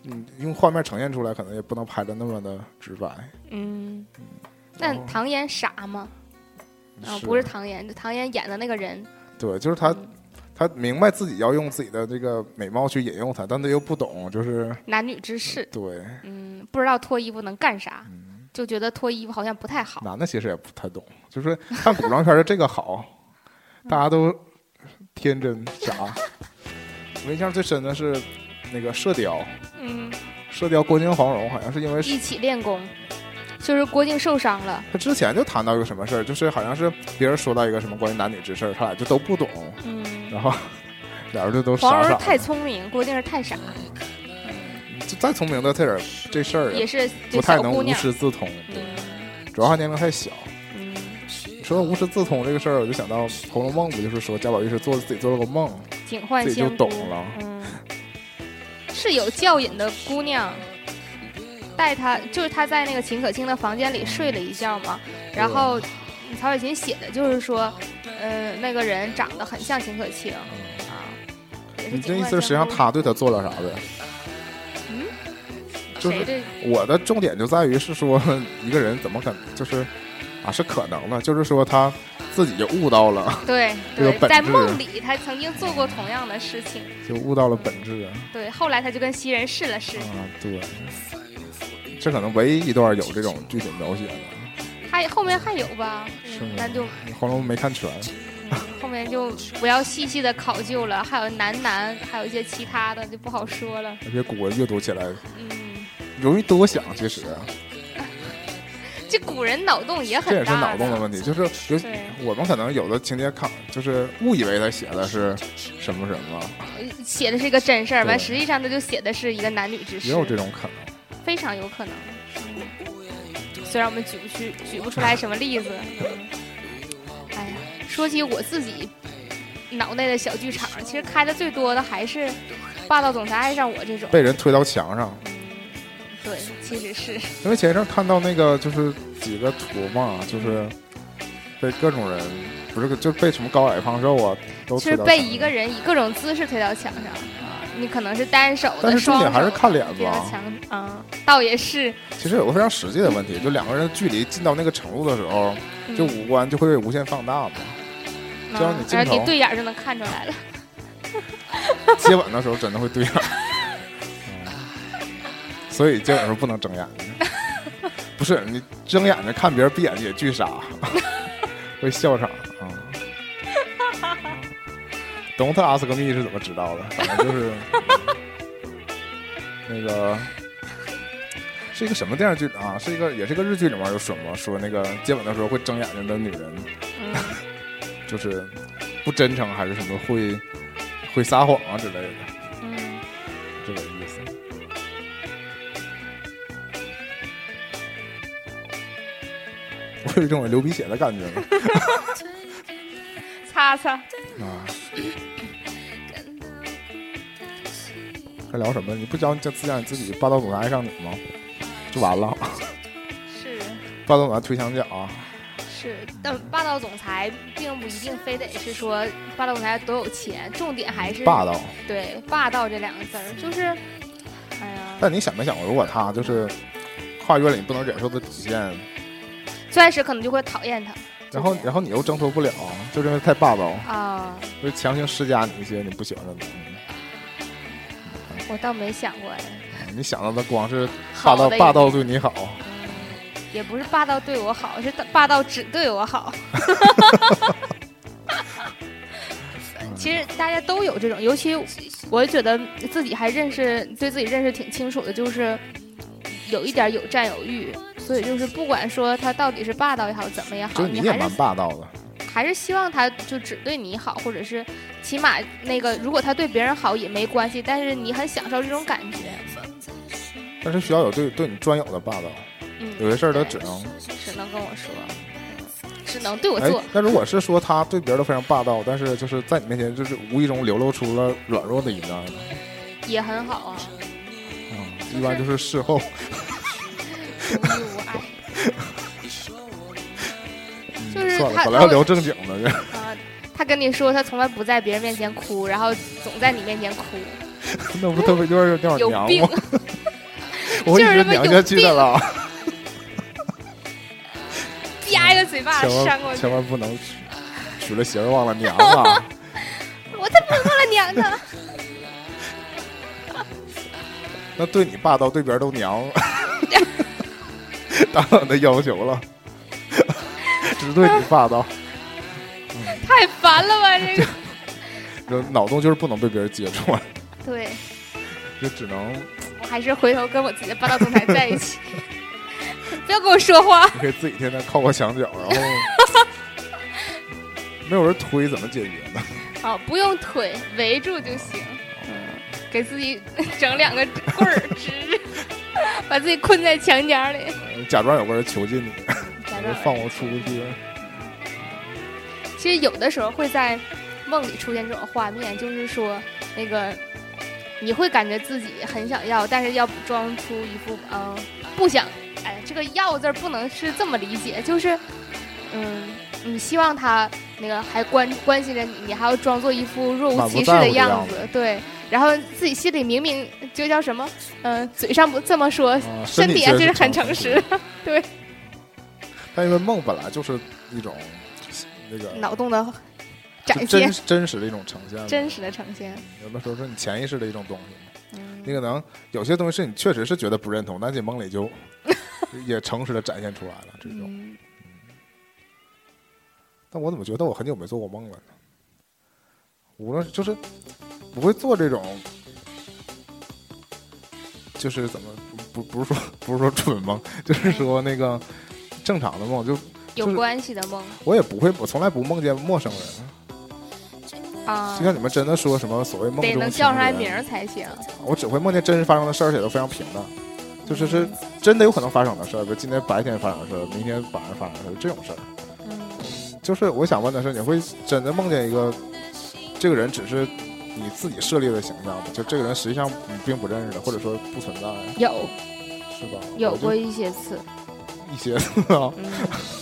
嗯，用画面呈现出来，可能也不能拍的那么的直白。嗯，那然后唐嫣傻吗？啊，不是嗯唐嫣，唐嫨演的那个人，对，就是他，他明白自己要用自己的这个美貌去引诱他，但他又不懂，就是男女之事，对嗯，不知道脱衣服能干啥，就觉得脱衣服好像不太好。男的其实也不太懂，就是看古装片的这个好，嗯大家都天真傻。我印象最深的是那个《射雕》，嗯， 《射雕郭靖黄蓉，好像是因为一起练功，就是郭靖受伤了，他之前就谈到一个什么事儿，就是好像是别人说到一个什么关于男女之事儿，他俩就都不懂，嗯，然后 俩人就都黄傻傻蓉太的。聪明，郭靖是太傻，就再聪明的这点儿这事儿啊也是不就太小能姑无娘，师自通，嗯主要他年龄太小。嗯，说到无师自通这个事儿，我就想到《红楼梦》，不就是说贾宝玉是做自己做了个梦，警幻自己就仙姑懂，了。嗯，是有教引的姑娘。带她，就是她在那个秦可卿的房间里睡了一觉嘛，然后曹雪芹写的就是说，呃，那个人长得很像秦可卿啊。也是嗯你这警意幻思是实际上仙姑他对他做了啥呗？嗯，就是谁这我的重点就在于是说一个人怎么可能就是啊是可能的，就是说他自己就悟到了，对这个对，本在质梦里他曾经做过同样的事情，就悟到了本质啊，对，后来他就跟袭人试了嗯试，对，这可能唯一一段有这种具体描写的，还后面还有吧，是嗯吗但就《红楼梦》没看全，后面就不要细细的考究了，还有男男，还有一些其他的就不好说了，而且古文阅读起来嗯，容易多想，其实这古人脑洞也很这大，也是脑洞的问题，就是有对我们可能有的情节看就是误以为他写的是什么什么，题，写的是一个真事儿，对完实际上他就写的是一个男女之也事，有这种可能。非常有可能。嗯虽然我们举不去举不出来什么例 子，嗯哎呀，说起我自己脑内的小剧场，其实开的最多的还是《霸道总裁爱上我》这种。被人推到墙上，对，其实是因为前一阵看到那个就是几个图嘛，就是嗯被各种人不是就被什么高矮胖瘦啊都就推是到被墙上一个人以各种姿势推到墙上啊，你可能是单手但的，是重双点手还是看脸推到吧。墙啊，倒也是，其实有个非常实际的问题，就两个人距离近到那个程度的时候，嗯就五官就会被无限放大嘛。啊只要你镜然后头你对眼儿就能看出来了。 接吻的时候真的会对眼儿，嗯所以接吻的时候不能睁眼睛。不是你睁眼睛看别人闭眼睛也巨傻，会笑场嗯啊。Don't ask me 是怎么知道的？反正就是 那个是一个什么电视剧啊？是一个也是一个日剧里面有说嘛，说那个接吻的时候会睁眼睛的女人，嗯， 就是不真诚还是什么会会撒谎啊之类的。嗯这个意思。我有一种流鼻血的感觉了 擦擦，啊！还聊什么？你不讲讲自讲你自己霸道总裁爱上你吗？就完了，是。霸道总裁推墙角啊！是，但霸道总裁并不一定非得是说霸道总裁多有钱，重点还是霸道。对霸道这两个字儿，就是，哎呀，但你想没想过，如果他就是跨越了你不能忍受的底线，最开始可能就会讨厌他然后然后你又挣脱不了，就是因为太霸道，啊、就强行施加你一些你不喜欢的东西。我倒没想过哎，你想到的光是霸好道的霸也道对你好，也不是霸道对我好，是霸道只对 我好。其实嗯大家都有这种，尤其我觉得自己还认识对自己认识挺清楚的，就是有一点有占有欲，所以就是不管说他到底是霸道也好，怎么也好，就是你你也还蛮哦是霸道的。还是希望他就只对你好，或者是起码那个如果他对别人好也没关系，但是你很享受这种感觉，但是需要有对对你专有的霸道，嗯，有些事儿他对只能只能跟我说，只能对我哎做。。那如果是说他对别人都非常霸道，但是就是在你面前就是无意中流露出了软弱的一面呢，也很好啊，嗯，一般就是事后，无欲无爱。嗯就是算了，他本来要聊正经的， 这啊、他跟你说他从来不在别人面前哭，然后总在你面前哭，那不特别就是有点有哦娘病吗？。我一就是直这么娘有下啊去的了， 啪一个嘴巴千扇过万去千，万不能娶娶了媳妇儿忘了娘 了。我才不是忘了娘 呢。那对你霸道，对别人都娘， 达到你的要求了， 只对你霸道，太烦了 吧这个。就脑洞就是不能被别人接触，对，就只能我还是回头跟我自己的霸道总裁在 一起，不要跟我说话。你可以自己天天靠靠墙角，然后 没有人推怎么解决呢？好，不用腿围住就行。给自己整两个棍儿支，嗯 把自己困在墙角里。假装有个人囚禁你，假你装就放我出 去。其实有的时候会在梦里出现这种画面，就是说那个你会感觉自己很想要，但是要装出一副嗯、不想，哎，这个“要”字儿不能是这么理解，就是嗯，你希望他那个还关关心着你，你还要装作一副若无满不其事在乎的的样样子，对。然后自己心里明明就叫什么，嗯、嘴上不这么说，啊身体确就实是很诚实， 但因为梦本来就是一种那个脑洞的是展真现，真实的一种呈现嘛，真实的呈现。嗯有的时候是你潜意识的一种东西。你可能有些东西是你确实是觉得不认同，但是你梦里 就也诚实的展现出来了。这种，嗯，但我怎么觉得我很久没做过梦了呢？无论是就是不会做这种，就是怎么不不是说不是说蠢梦，就是说那个正常的梦。就有就是关系的梦我也不会，我从来不梦见陌生人。嗯啊就，像你们真的说什么所谓梦中得情能叫上来人名儿才行。我只会梦见真实发生的事儿，而且都非常平淡，就是是嗯真的有可能发生的事儿，比如今天白天发生的事儿，明天晚上发生的事儿，这种事儿。嗯就是我想问的是，你会真的梦见一个这个人只是你自己设立的形象吗？就这个人实际上你并不认识的，或者说不存在，有是吧？有我就过一些次，一些 啊，嗯，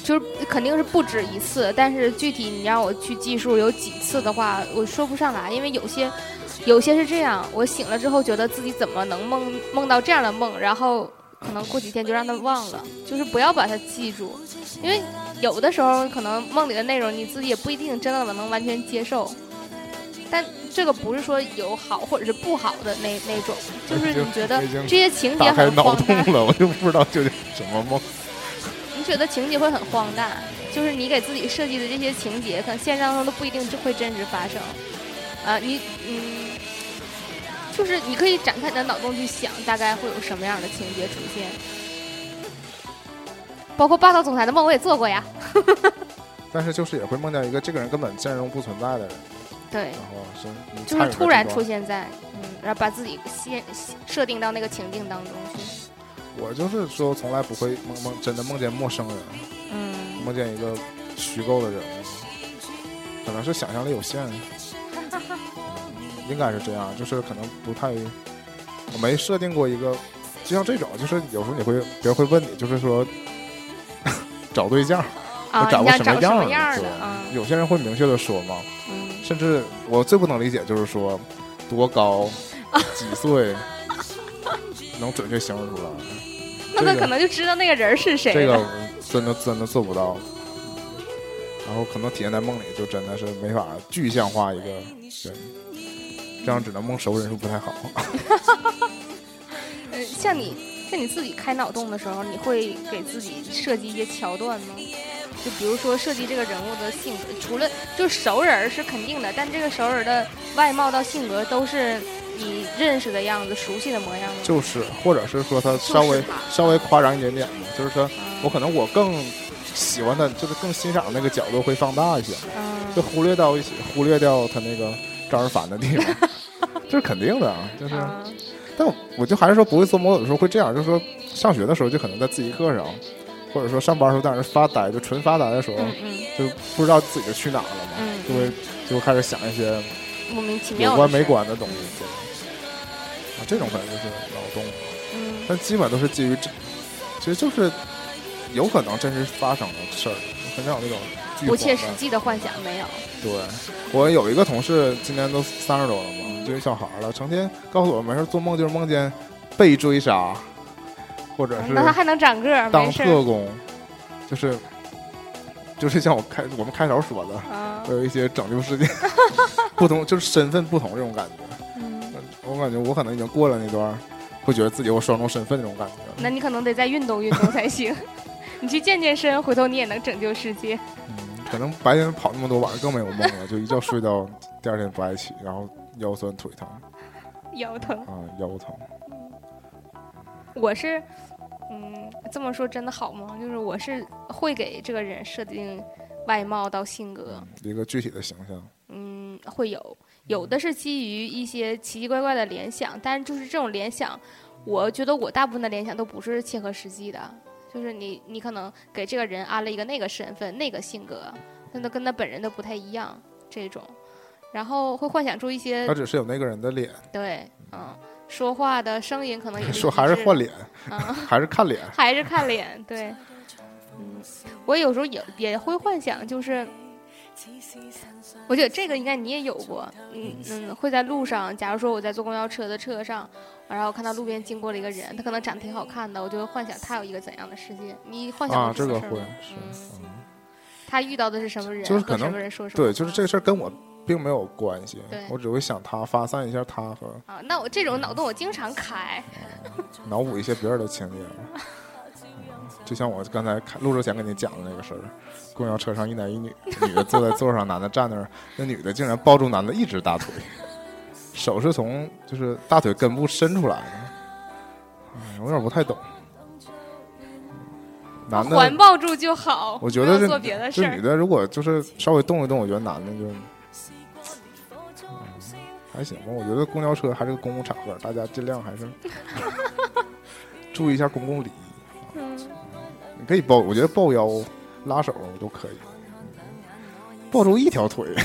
就是肯定是不止一次，但是具体你让我去记述有几次的话，我说不上来，因为有些有些是这样，我醒了之后觉得自己怎么能梦梦到这样的梦，然后可能过几天就让他忘了，就是不要把它记住，因为有的时候可能梦里的内容你自己也不一定真的能完全接受。但这个不是说有好或者是不好的那那种，就是你觉得我已经这些情节打开很脑荒洞诞，了，我就不知道究竟是什么梦。你觉得情节会很荒诞，就是你给自己设计的这些情节，可能现实当中都不一定就会真实发生。啊，你嗯，就是你可以展开你的脑洞去想，大概会有什么样的情节出现。包括霸道总裁的梦我也做过呀，但是就是也会梦见一个这个人根本阵容不存在的人，对然，后是你就参与是了突然这段出现在，嗯，然后把自己先设定到那个情境当中去，我就是说，从来不会梦梦真的梦见陌生人，嗯，梦见一个虚构的人物，可能是想象力有限，应该是这样，就是可能不太，我没设定过一个，就像这种，就是有时候你会别人会问你，就是说找对象，啊，我找你过想什么找什么样样的的对啊？有些人会明确的说嘛，嗯，甚至我最不能理解就是说多 高几岁，能准确形容出来。那这他个可能就知道那个人是谁这了。个真的真的做不到，然后可能体现在梦里，就真的是没法具象化一个人，这样只能梦熟人是不太好。 嗯，像你像你自己开脑洞的时候，你会给自己设计一些桥段吗？就比如说设计这个人物的性格，除了就是熟人儿是肯定的，但这个熟人儿的外貌到性格都是你认识的样子、熟悉的模样吗？就是，或者是说他稍微就是吧稍微夸张一点点嘛，就是说嗯我可能我更喜欢他，就是更欣赏那个角度会放大一些，就嗯忽略到一些忽略掉他那个招人烦的地方， 这是肯定的啊，就是。嗯但我就还是说不会做梦，有的时候会这样，就是说上学的时候就可能在自习课上，或者说上班的时候在那儿发呆，就纯发呆的时候，嗯嗯就不知道自己是去哪了嘛，嗯就会就开始想一些莫名其有妙的关没事儿，关的东西。对啊，这种可能就是脑洞，嗯但基本都是基于这，其实就是有可能真实发生的事儿，很少有那种巨不切荒实诞际的幻想没有，对，我有一个同事今年都三十多了嘛，就一小孩儿了，成天告诉我没事儿做梦就是梦见被追杀，或者是嗯那他还能长个儿，当没事儿特工，就是就是像我开我们开头说的，啊会有一些拯救世 界不同，就是身份不同这种感觉。嗯，我感觉我可能已经过了那段儿会觉得自己有双重身份那种感觉。那你可能得再运动运动才行， 你去健健身，回头你也能拯救世界。 嗯，可能白天跑那么多，晚上更没有梦了，就一觉睡到第二天不爱起，然后腰酸腿疼。腰疼，啊，腰疼。我是，嗯，这么说真的好吗？就是我是会给这个人设定外貌到性格，一个具体的形象。嗯，会有有的是基于一些奇奇怪怪的联想，但就是这种联想，我觉得我大部分的联想都不是切合实际的。就是你你可能给这个人安了一个那个身份、那个性格，但他跟他本人都不太一样这种，然后会幻想出一些他只是有那个人的脸，对，嗯，说话的声音可能也是 说一还是致换脸，啊，还是看脸。 还是看脸，对，嗯，我有时候也也会幻想，就是，我觉得这个应该你也有过，嗯嗯，会在路上，假如说我在坐公交车的车上，然后看到路边经过了一个人，他可能长得挺好看的，我就会幻想他有一个怎样的世界。你幻想啊，过这个事儿会吗是，嗯嗯，他遇到的是什么人，就是可和什能么人说什么对，话。就是这事儿跟我并没有关系对，我只会想他，发散一下他和啊，那我这种脑洞我经常开，脑补一些别人的情节。嗯就像我刚才看录之前跟你讲的那个事儿，公交车上一男一女，女的坐在座上，男的站那儿，那女的竟然抱住男的一只大腿，手是从就是大腿根部伸出来的，哎，我有点不太懂。男的环抱住就好，啊我觉不得用这做别的事这女儿。的如果就是稍微动一动，我觉得男的就、嗯还行吧。我觉得公交车还是个公共场合，大家尽量 还是注意一下公共礼仪。嗯，你可以抱，我觉得抱腰、拉手都可以，抱住一条腿。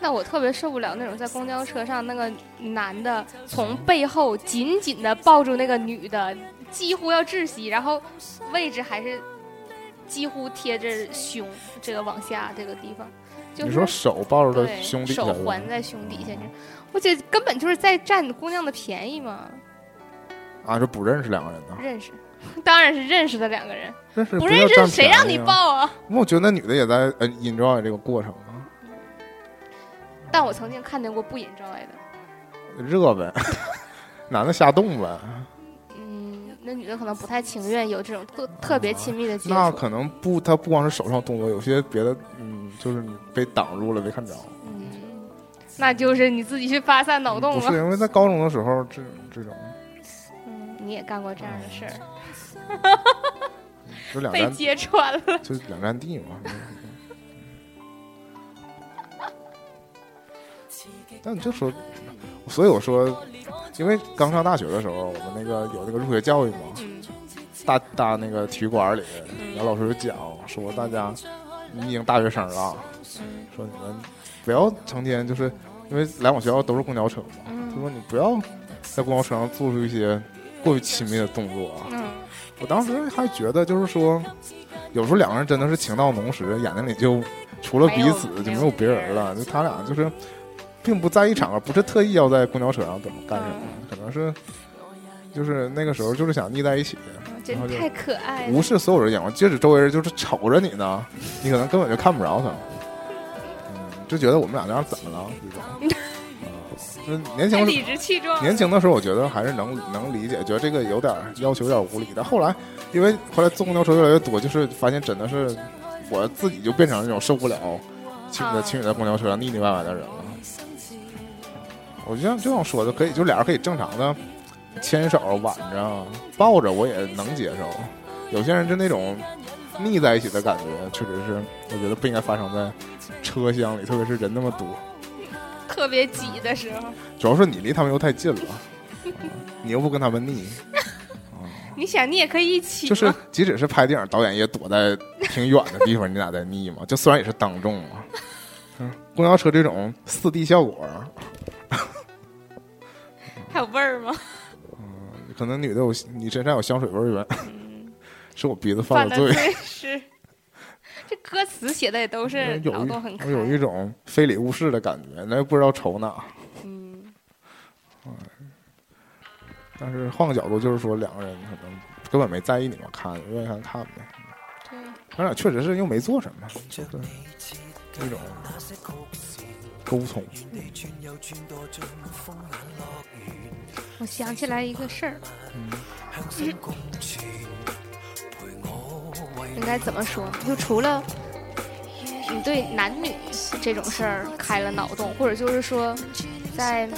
那我特别受不了那种在公交车上那个男的从背后紧紧的抱住那个女的，几乎要窒息，然后位置还是几乎贴着胸这个往下这个地方，就你说是手抱着对他胸底下手是吧环在胸底下，我觉得根本就是在占姑娘的便宜嘛。啊，这不认识两个人呢？认识， 当然是认识的两个人，认识哎不要认识占谁便让宜你啊？抱啊？ 那我觉得那女的也在呃 enjoy 这个过程啊，但我曾经看见过不引招来的，热 呗，男的瞎动呗。嗯，那女的可能不太情愿有这种特特别亲密的接触。那可能不，他不光是手上动作，有些别的，嗯，就是你被挡住了，没看着。嗯，那就是你自己去发散脑洞嗯不是了。因为在高中的时候，这这种嗯，你也干过这样的嗯事儿，就两 被站揭穿了。就两站地嘛。但你就说，所以我说，因为刚上大学的时候，我们那个有那个入学教育嘛，嗯大大那个体育馆里，然后老师就讲说，大家你已经大学生了，嗯说你们不要成天就是因为来我学校都是公交车嘛，他嗯说你不要在公交车上做出一些过于亲密的动作啊。嗯，我当时还觉得就是说，有时候两个人真的是情到浓时，眼睛里就除了彼此就没有没有别人了，就他俩就是并不在意场合，啊不是特意要在公交车上怎么干什么，可能是就是那个时候就是想腻在一起。真然后就太可爱无了。视所有人眼光，即使周围人就是瞅着你呢，你可能根本就看不着他，嗯，就觉得我们俩这样怎么了？这种，啊，就是年太轻理直气壮。年轻的时候，我觉得还是能能理解，觉得这个有点儿要求有点儿无理的。后来，因为后来坐公交车越来越多，就是发现真的是我自己就变成那种受不了情侣啊的情侣在公交车上腻腻歪歪的人了。我就像就像说的，可以就俩人可以正常的牵手、挽着、抱着，我也能接受。有些人就那种腻在一起的感觉，确实是我觉得不应该发生在车厢里，特别是人那么多。特别挤的时候，主要是你离他们又太近了， 你又不跟他们腻，你想你也可以一起吗就是即使是拍电影，导演也躲在挺远的地方，你俩在腻嘛？就虽然也是当众 嘛，嗯公交车这种四 D 效果，还有味儿吗？可能女的有你身上有香水味儿源，嗯是我鼻子 犯犯了的罪。罪是。这歌词写的也都是有脑洞很开一。有一种非礼勿视的感觉，那又不知道瞅哪。嗯，但是换个角度，就是说两个人可能根本没在意你们看，愿意看看呗。对，咱俩确实是又没做什么，就是那种沟通。我想起来一个事儿，应该怎么说呢？就除了你对男女这种事儿开了脑洞，或者就是说在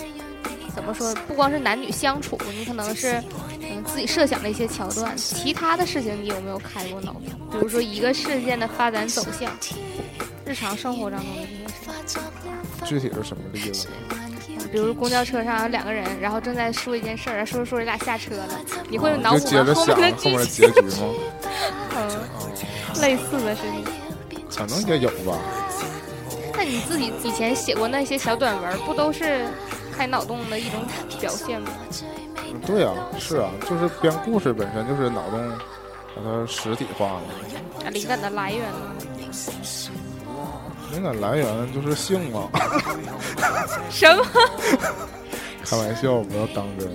怎么说，不光是男女相处，你可能是嗯自己设想的一些桥段。其他的事情你有没有开过脑洞？比如说一个事件的发展走向，日常生活当中的一些事具体是什么例子？情，比如公交车上有两个人，然后正在说一件事儿，说着说着俩下车了，你会啊就脑补接完着 后想面的后剧面的情，结局吗？ 类似的事情。可能也有吧。那你自己以前写过那些小短文儿，不都是开脑洞的一种表现吗？嗯对啊，是啊，就是编故事本身就是脑洞把它实体化嘛。啊，灵感的来源 呢？灵感来源就是性嘛，什么？开玩笑，不要当真。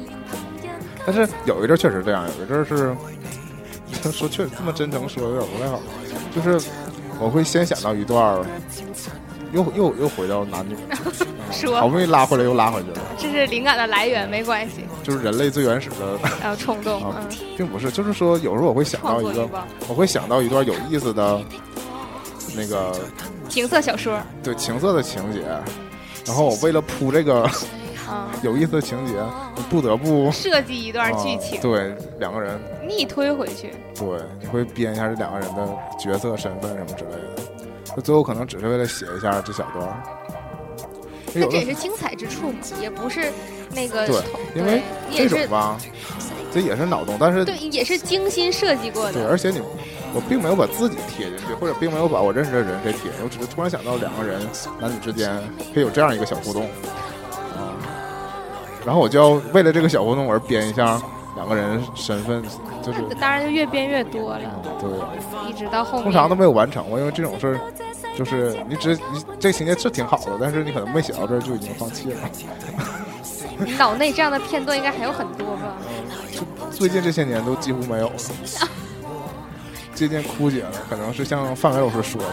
但是有一阵儿确实这样，有一阵儿是说确实这么真诚说有点不太好，就是我会先想到一段儿，又又又回到男女，好说不容易拉回来又拉回去了，这是灵感的来源，没关系。就是人类最原始的 还有冲动，啊嗯，并不是，就是说有时候我会想到创一作欲个，望，我会想到一段有意思的，那个情色小说，对情色的情节，然后我为了铺这个啊，有意思的情节，你不得不设计一段剧情啊，对两个人，逆推回去，对你会编一下这两个人的角色、身份什么之类的，那最后可能只是为了写一下这小段儿。那有这的也是精彩之处嘛，也不是那个对同因为对这也种是吧，这也是脑洞，但是对，也是精心设计过对，的，而且你我并没有把自己贴进去，或者并没有把我认识的人给贴，我只是突然想到两个人男女之间可以有这样一个小互动，啊、然后我就要为了这个小互动而编一下两个人身份，就是那当然就越编越多了，对，一直到后面，通常都没有完成过，因为这种事儿。就是你只你这情节是挺好的，但是你可能没写到这儿就已经放弃了。你脑内这样的片段应该还有很多吧？最近这些年都几乎没有 了。最近枯竭了，可能是像范伟老师说的，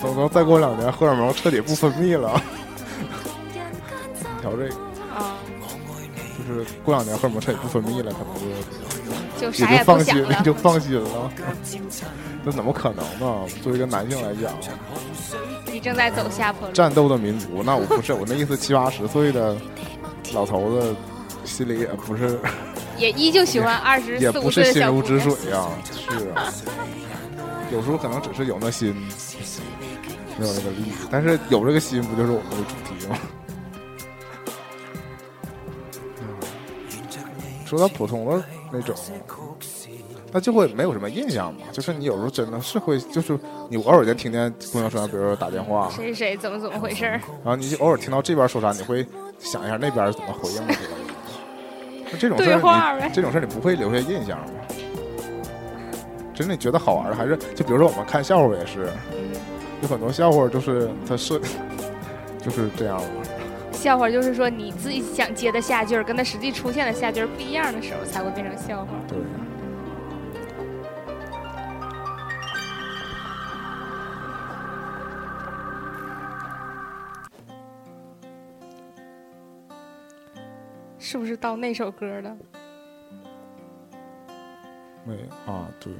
等到再过两年荷尔蒙彻底不分泌了， 调这个啊，就是过两年荷尔蒙彻底不分泌了，可能就就也就啥不放想心，了也，就放心了。那怎么可能呢？作为一个男性来讲，你正在走下坡路，战斗的民族，那我不是我那意思，七八十岁的老头子心里也不是也依旧喜欢二十也四不五是岁的心小如姑止水娘，啊，是啊，有时候可能只是有那心，没有那个力，但是有这个心，不就是我们的主题吗？嗯说到普通的那种，那就会没有什么印象嘛。就是你有时候真的是会，就是你偶尔间听见公交车上，比如说打电话，啊谁谁谁怎么怎么回事儿，然后你就偶尔听到这边说啥，你会想一下那边怎么回应的 这个。那这种事对话儿呗你，这种事儿你不会留下印象吗？真的觉得好玩的，还是就比如说我们看笑话也是，有很多笑话就是它设 就是这样嘛。笑话就是说你自己想接的下句儿，跟它实际出现的下句儿不一样的时候，才会变成笑话。对，是不是到那首歌了？没啊，对，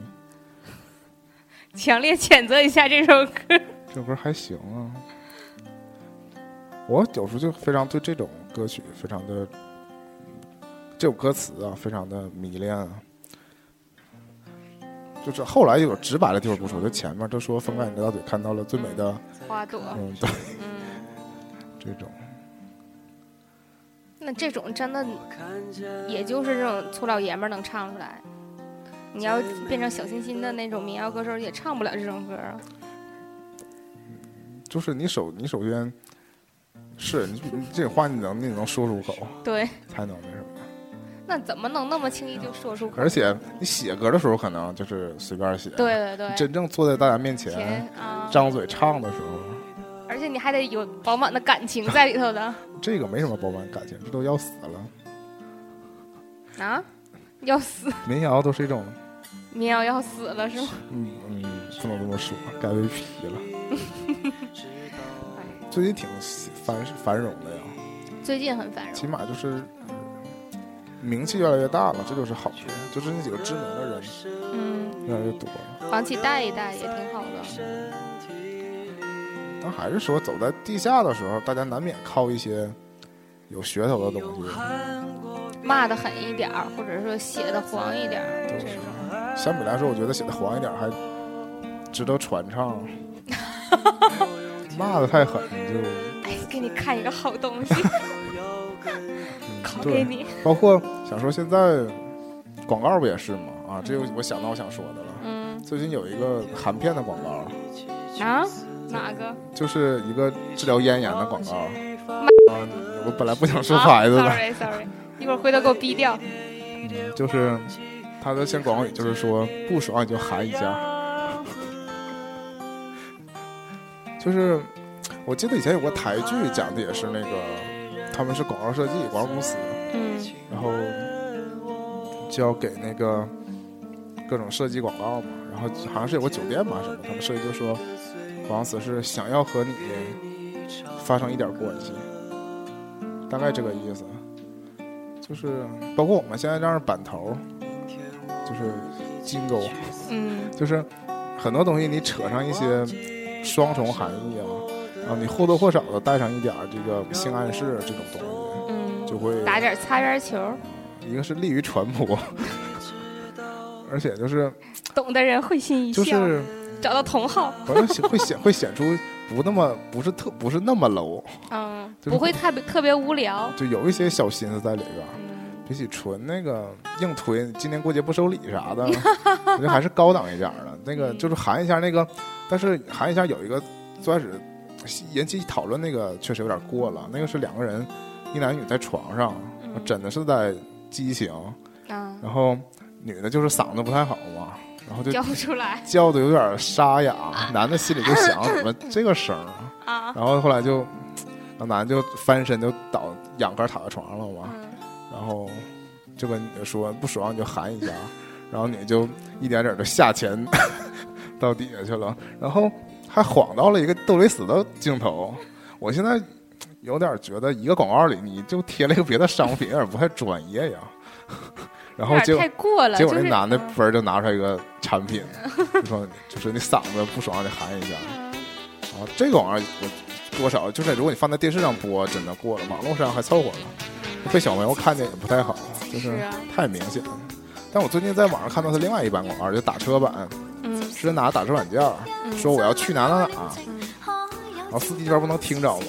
强烈谴责一下这首歌。这歌还行啊。我有时候就非常对这种歌曲非常的这首歌词啊，非常的迷恋啊。就是后来有直白的地方不说，就前面他说风干你的大腿看到了最美的，花朵，嗯，对，嗯，这种。那这种真的，也就是这种粗老爷们儿能唱出来。你要变成小清新的那种民谣歌手，也唱不了这种歌啊。就是你首你首先是你你这话你能你能说出口，对， 才能那什么。那怎么能那么轻易就说出口？而且你写歌的时候可能就是随便写，对对对，真正坐在大家面甜前啊，张嘴唱的时候，而且你还得有饱满的感情在里头的这个没什么饱满感情，这都要死了。啊，要死，民谣都是一种，民谣要死了是吗？嗯嗯，不能这么说，该被批了。最近挺繁繁荣的呀，最近很繁起荣，码就是名气越来越大了，这就是好处，就是那几个知名的人嗯，越来越多了。往起带一带也挺好的，但还是说走在地下的时候，大家难免靠一些有噱头的东西，骂的狠一点儿，或者说写的黄一点儿这种。相比来说，我觉得写的黄一点还值得传唱。骂的太狠就哎，给你看一个好东西， 拷对给你。包括想说现在广告不也是吗？啊，这又我想到我想说的了。嗯最近有一个含片的广告，啊，哪个？就是一个治疗咽炎的广告。妈啊，我本来不想说牌子的。 Sorry Sorry，一会儿回头给我逼掉。嗯，就是他的先广告语就是说不爽你就喊一下， 就是我记得以前有个台剧讲的也是那个，他们是广告设计广告公司，嗯然后就要给那个各种设计广告嘛，然后好像是有个酒店吧什么，他们设计就说广告词是想要和你发生一点关系，大概这个意思，就是包括我们现在这样板头，就是金钩，嗯 就是很多东西你扯上一些双重含义啊。啊，你或多或少的带上一点儿这个性暗示啊这种东西，嗯，就会打点擦边球，一个是利于传 播，而且就是懂的人会心一就笑，是找到同好。反正显会显会显出不那么不是特不是那么 low，嗯，就是不会特别特别无聊。就有一些小心思在里边儿。嗯，比起纯那个硬推，今年过节不收礼啥的，我觉得还是高档一点儿的。那嗯个就是含一下那个，但是含一下有一个最开始引起讨论那个确实有点过了，那个是两个人一男一女在床上，嗯真的是在激情，啊，然后女的就是嗓子不太好嘛，然后就叫不出来叫的有点沙哑，啊男的心里就想怎么 这个声儿啊，啊。然后后来就，那男的就翻身就倒仰杆躺在床上了嘛，嗯然后就跟女的说不爽你就喊一下，然后女的就一点点的下潜 到底下去了，然后还晃到了一个窦唯斯的镜头，我现在有点觉得一个广告里你就贴了一个别的商品，有点不太专业呀， 然后有结点果太过了，结果就那是男的嗯嘣儿就拿出来一个产品，就说就是你嗓子不爽得喊一下。嗯然后这个玩意儿我多少就是如果你放在电视上播，真的过了，网络上还凑合了，被小朋友看见也不太好，就是嗯是啊太明显了。但我最近在网上看到他另外一版广告，就打车版，嗯是拿打车软件儿嗯说我要去哪哪哪，然后司机这边不能听着嘛，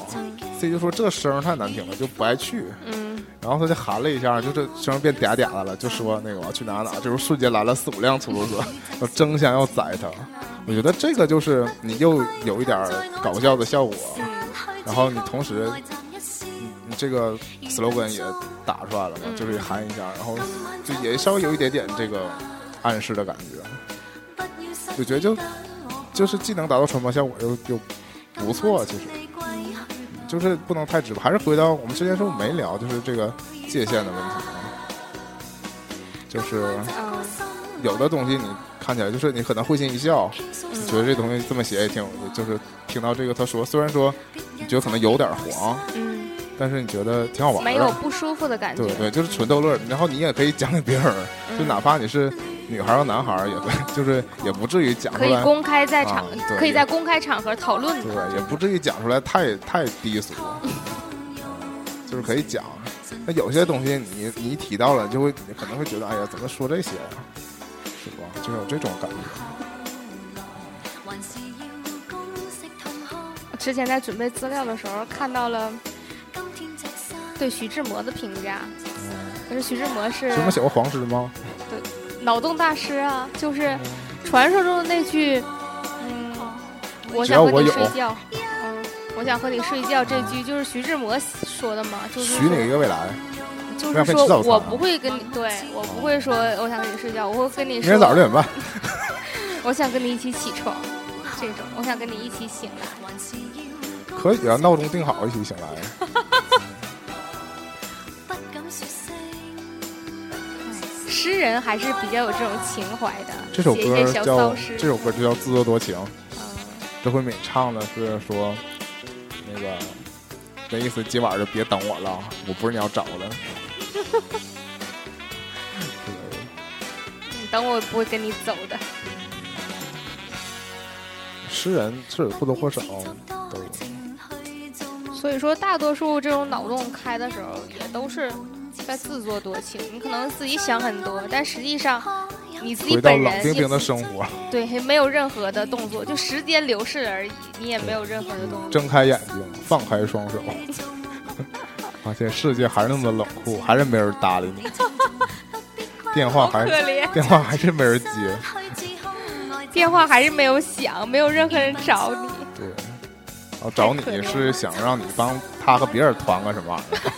司机就说这声儿太难听了，就不爱去。嗯然后他就喊了一下，就这声变嗲嗲的了，就说那个我要去哪哪，就是瞬间来了四五辆出租车，要争相要宰他。我觉得这个就是你又有一点搞笑的效果，然后你同时嗯你你这个 slogan 也打出来了嘛，就是也喊一下，然后就也稍微有一点点这个暗示的感觉，我觉得就就是既能达到传播效果又又不错，其实。就是不能太直白，还是回到我们之前说没聊，就是这个界限的问题啊，就是嗯有的东西你看起来就是你可能会心一笑，你觉得这东西这么写也挺有意思，就是听到这个他说，虽然说你觉得可能有点黄，嗯，但是你觉得挺好玩的，没有不舒服的感觉。对对，就是纯逗乐儿。然后你也可以讲给别人儿，嗯就哪怕你是女孩儿和男孩儿，也 会就是也不至于讲出可以来，公开在场啊，对可以在公开场合讨论。对，也不至于讲出来太太低俗，就是可以讲。那有些东西你你一提到了，就会你可能会觉得，哎呀，怎么说这些呀、是吧？就是有这种感觉。之前在准备资料的时候看到了对徐志摩的评价，嗯就是徐志摩是什么写过黄诗吗？脑洞大师啊，嗯就是传说中的那句，嗯，我只想要和我你有睡觉，嗯，我想和你睡觉这句就是徐志摩说的嘛，就是许你一个未来。就不要是被说吃早餐我啊不会跟你，对我不会说我想跟你睡觉，我会跟你明天早上说六点半，我想跟你一起起床，这种我想跟你一起醒来。可以啊，闹钟定好一起醒来。 诗人还是比较有这种情怀的，这首写一歌些小叫骚诗这首歌就叫自作多情。嗯这回敏唱的是说，那个那意思今晚就别等我了，我不是你要找的。对你嗯等我不会跟你走的。诗人是或多或少都有。所以说，大多数这种脑洞开的时候，也都是在自作多情，你可能自己想很多，但实际上你自己回到本冷冰人冰的生活，对没有任何的动作，就时间流逝而已，你也没有任何的动作。睁开眼睛，放开双手，发现世界还是那么冷酷，还是没人搭 理你，电话还可怜电话还是没人接，电话还是没有响，没有任何人找 你。对，然后找太可你怜是想让你帮他和别人团个什么玩意儿，这么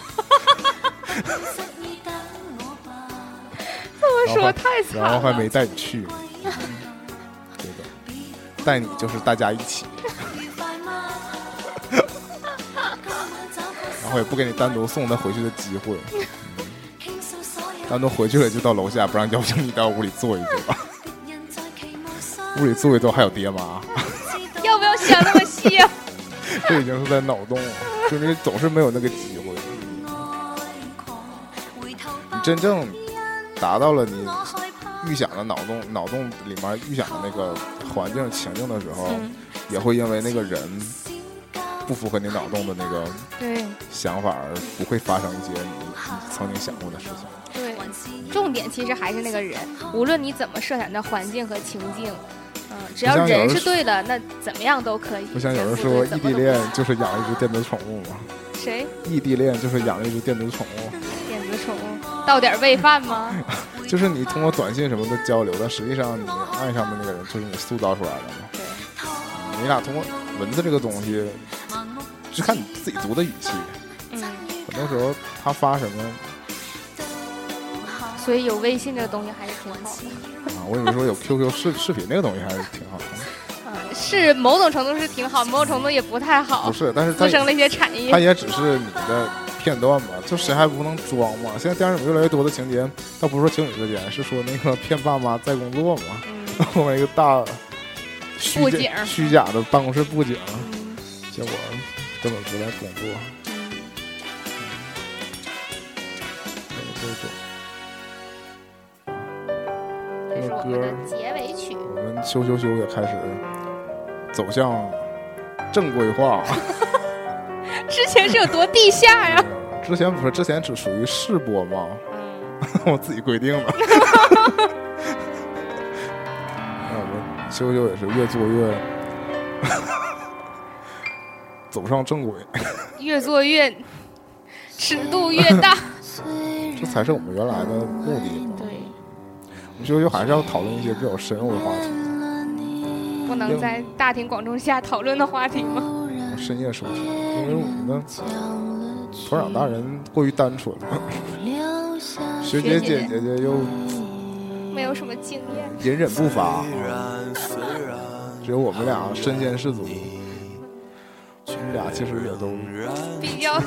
然后 说太惨然后还了，没带你去，对的，带你 就是大家一起，然后也不给你单独送他回去的机 会，单独回去了就到楼下，不然邀请你到屋里坐一坐 吧，屋里坐一坐还有爹妈。 要不要想那么细？这已经是在脑洞了，就是总是没有那个机会。你真正达到了你预想的脑洞，脑洞里面预想的那个环境情境的时候，嗯也会因为那个人不符合你脑洞的那个对想法，而不会发生一些你你曾经想过的事情。对，重点其实还是那个人，无论你怎么设想的环境和情境。嗯，只要像有人人是说对的，那怎么样都可以。不像有人怎么啊说对异地恋，就是养了一只电子宠物嘛，怎么都谁异地恋就是养了一只电子宠物。电子宠物到点儿喂饭吗？ 嗯就是你通过短信什么的交流，但实际上你爱上的那个人就是你塑造出来的嘛。你俩通过文字这个东西，是看你自己读的语气。嗯，很多时候他发什么所以有微信这个东西还是挺好的。啊，我以为说有 QQ 视视频那个东西还是挺好的，嗯，是某种程度是挺好，某种程度也不太 好不，是？但是他滋生了一些产业他。也只是你的片段嘛，就谁还不能装嘛？现在电视里越来越多的情节，倒不是说情侣之间，是说那个骗爸妈在工作嘛，嗯 后面一个大虚布假景虚假的办公室布景。嗯结果根本不在工作。这种这个嗯这是我们歌的儿，结尾曲。我们修修修也开始走向正规化。之前是有多地下呀？ 之前不是之前只属于试播吗？ 嗯，我自己规定的。 那我们修修也是越做越 走上正轨，越做越尺度越大。这才是我们原来的目的嘛。对，我们修修还是要讨论一些比较深入的话题。嗯不能在大庭广众下讨论的话题吗？深夜收听，因为我们的土壤大人过于单纯了，学姐姐姐姐又没有什么经验。隐忍不发，只有我们俩身先士卒。我们俩其实也都比较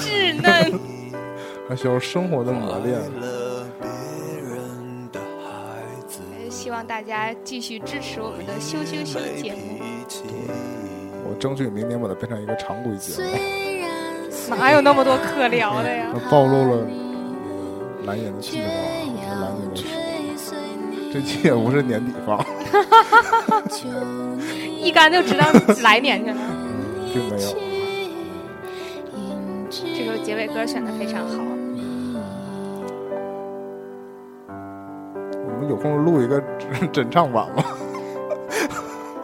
稚嫩，还需要生活的磨练。呃希望大家继续支持我们的羞羞羞节目。我争取明年把它变成一个常规节目，哪有那么多可聊的呀？那暴露了蓝颜的计划和蓝颜的书。这期也不是年底放，一竿就知道来年去了。并没有。这首结尾歌选的非常好，我们有空录一个 真唱版吧，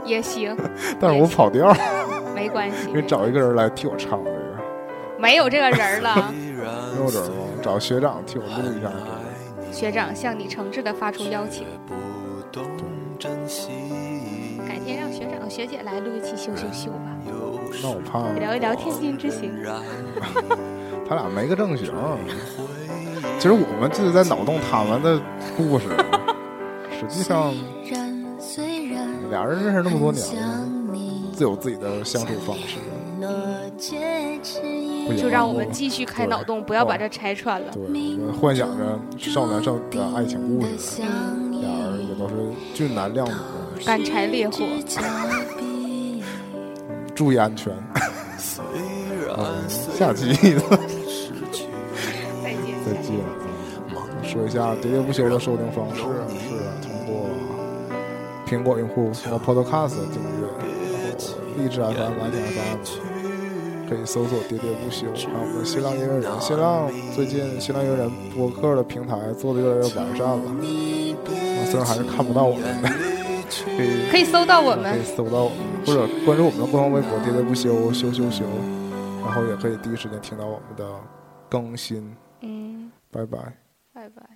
也行，但是我跑调，没关系因，为找一个人来替我唱这个。没有这个人儿了。没有人吗？找学长替我录一下。学长向你诚挚的发出邀请，改天让学长学姐来录一期秀秀秀吧，那我怕聊一聊天津之行。他俩没个正形。其实我们就是在脑洞他们的故事，实际上俩人认识那么多年了，自有自己的相处方式。不行就让我们继续开脑洞，不要把这拆穿了。对，我们幻想着少男少女的爱情故事，俩人也都是俊男靓女，干柴烈火，注意安全。嗯， 下期再再见。见。嗯说一下喋喋不休的收听方式是通过苹果用户通过 Podcast 订阅，然后荔枝 FM、蓝 FM、可以搜索“喋喋不休”，还有我们新浪音乐人。新浪最近新浪音乐人播客的平台做的越来越完善了，啊，虽然还是看不到我们的，可以可以搜到我可以们。搜到我们，或者关注我们的官方微博“喋喋不休”，休休休，然后也可以第一时间听到我们的更新。嗯，拜拜。拜拜。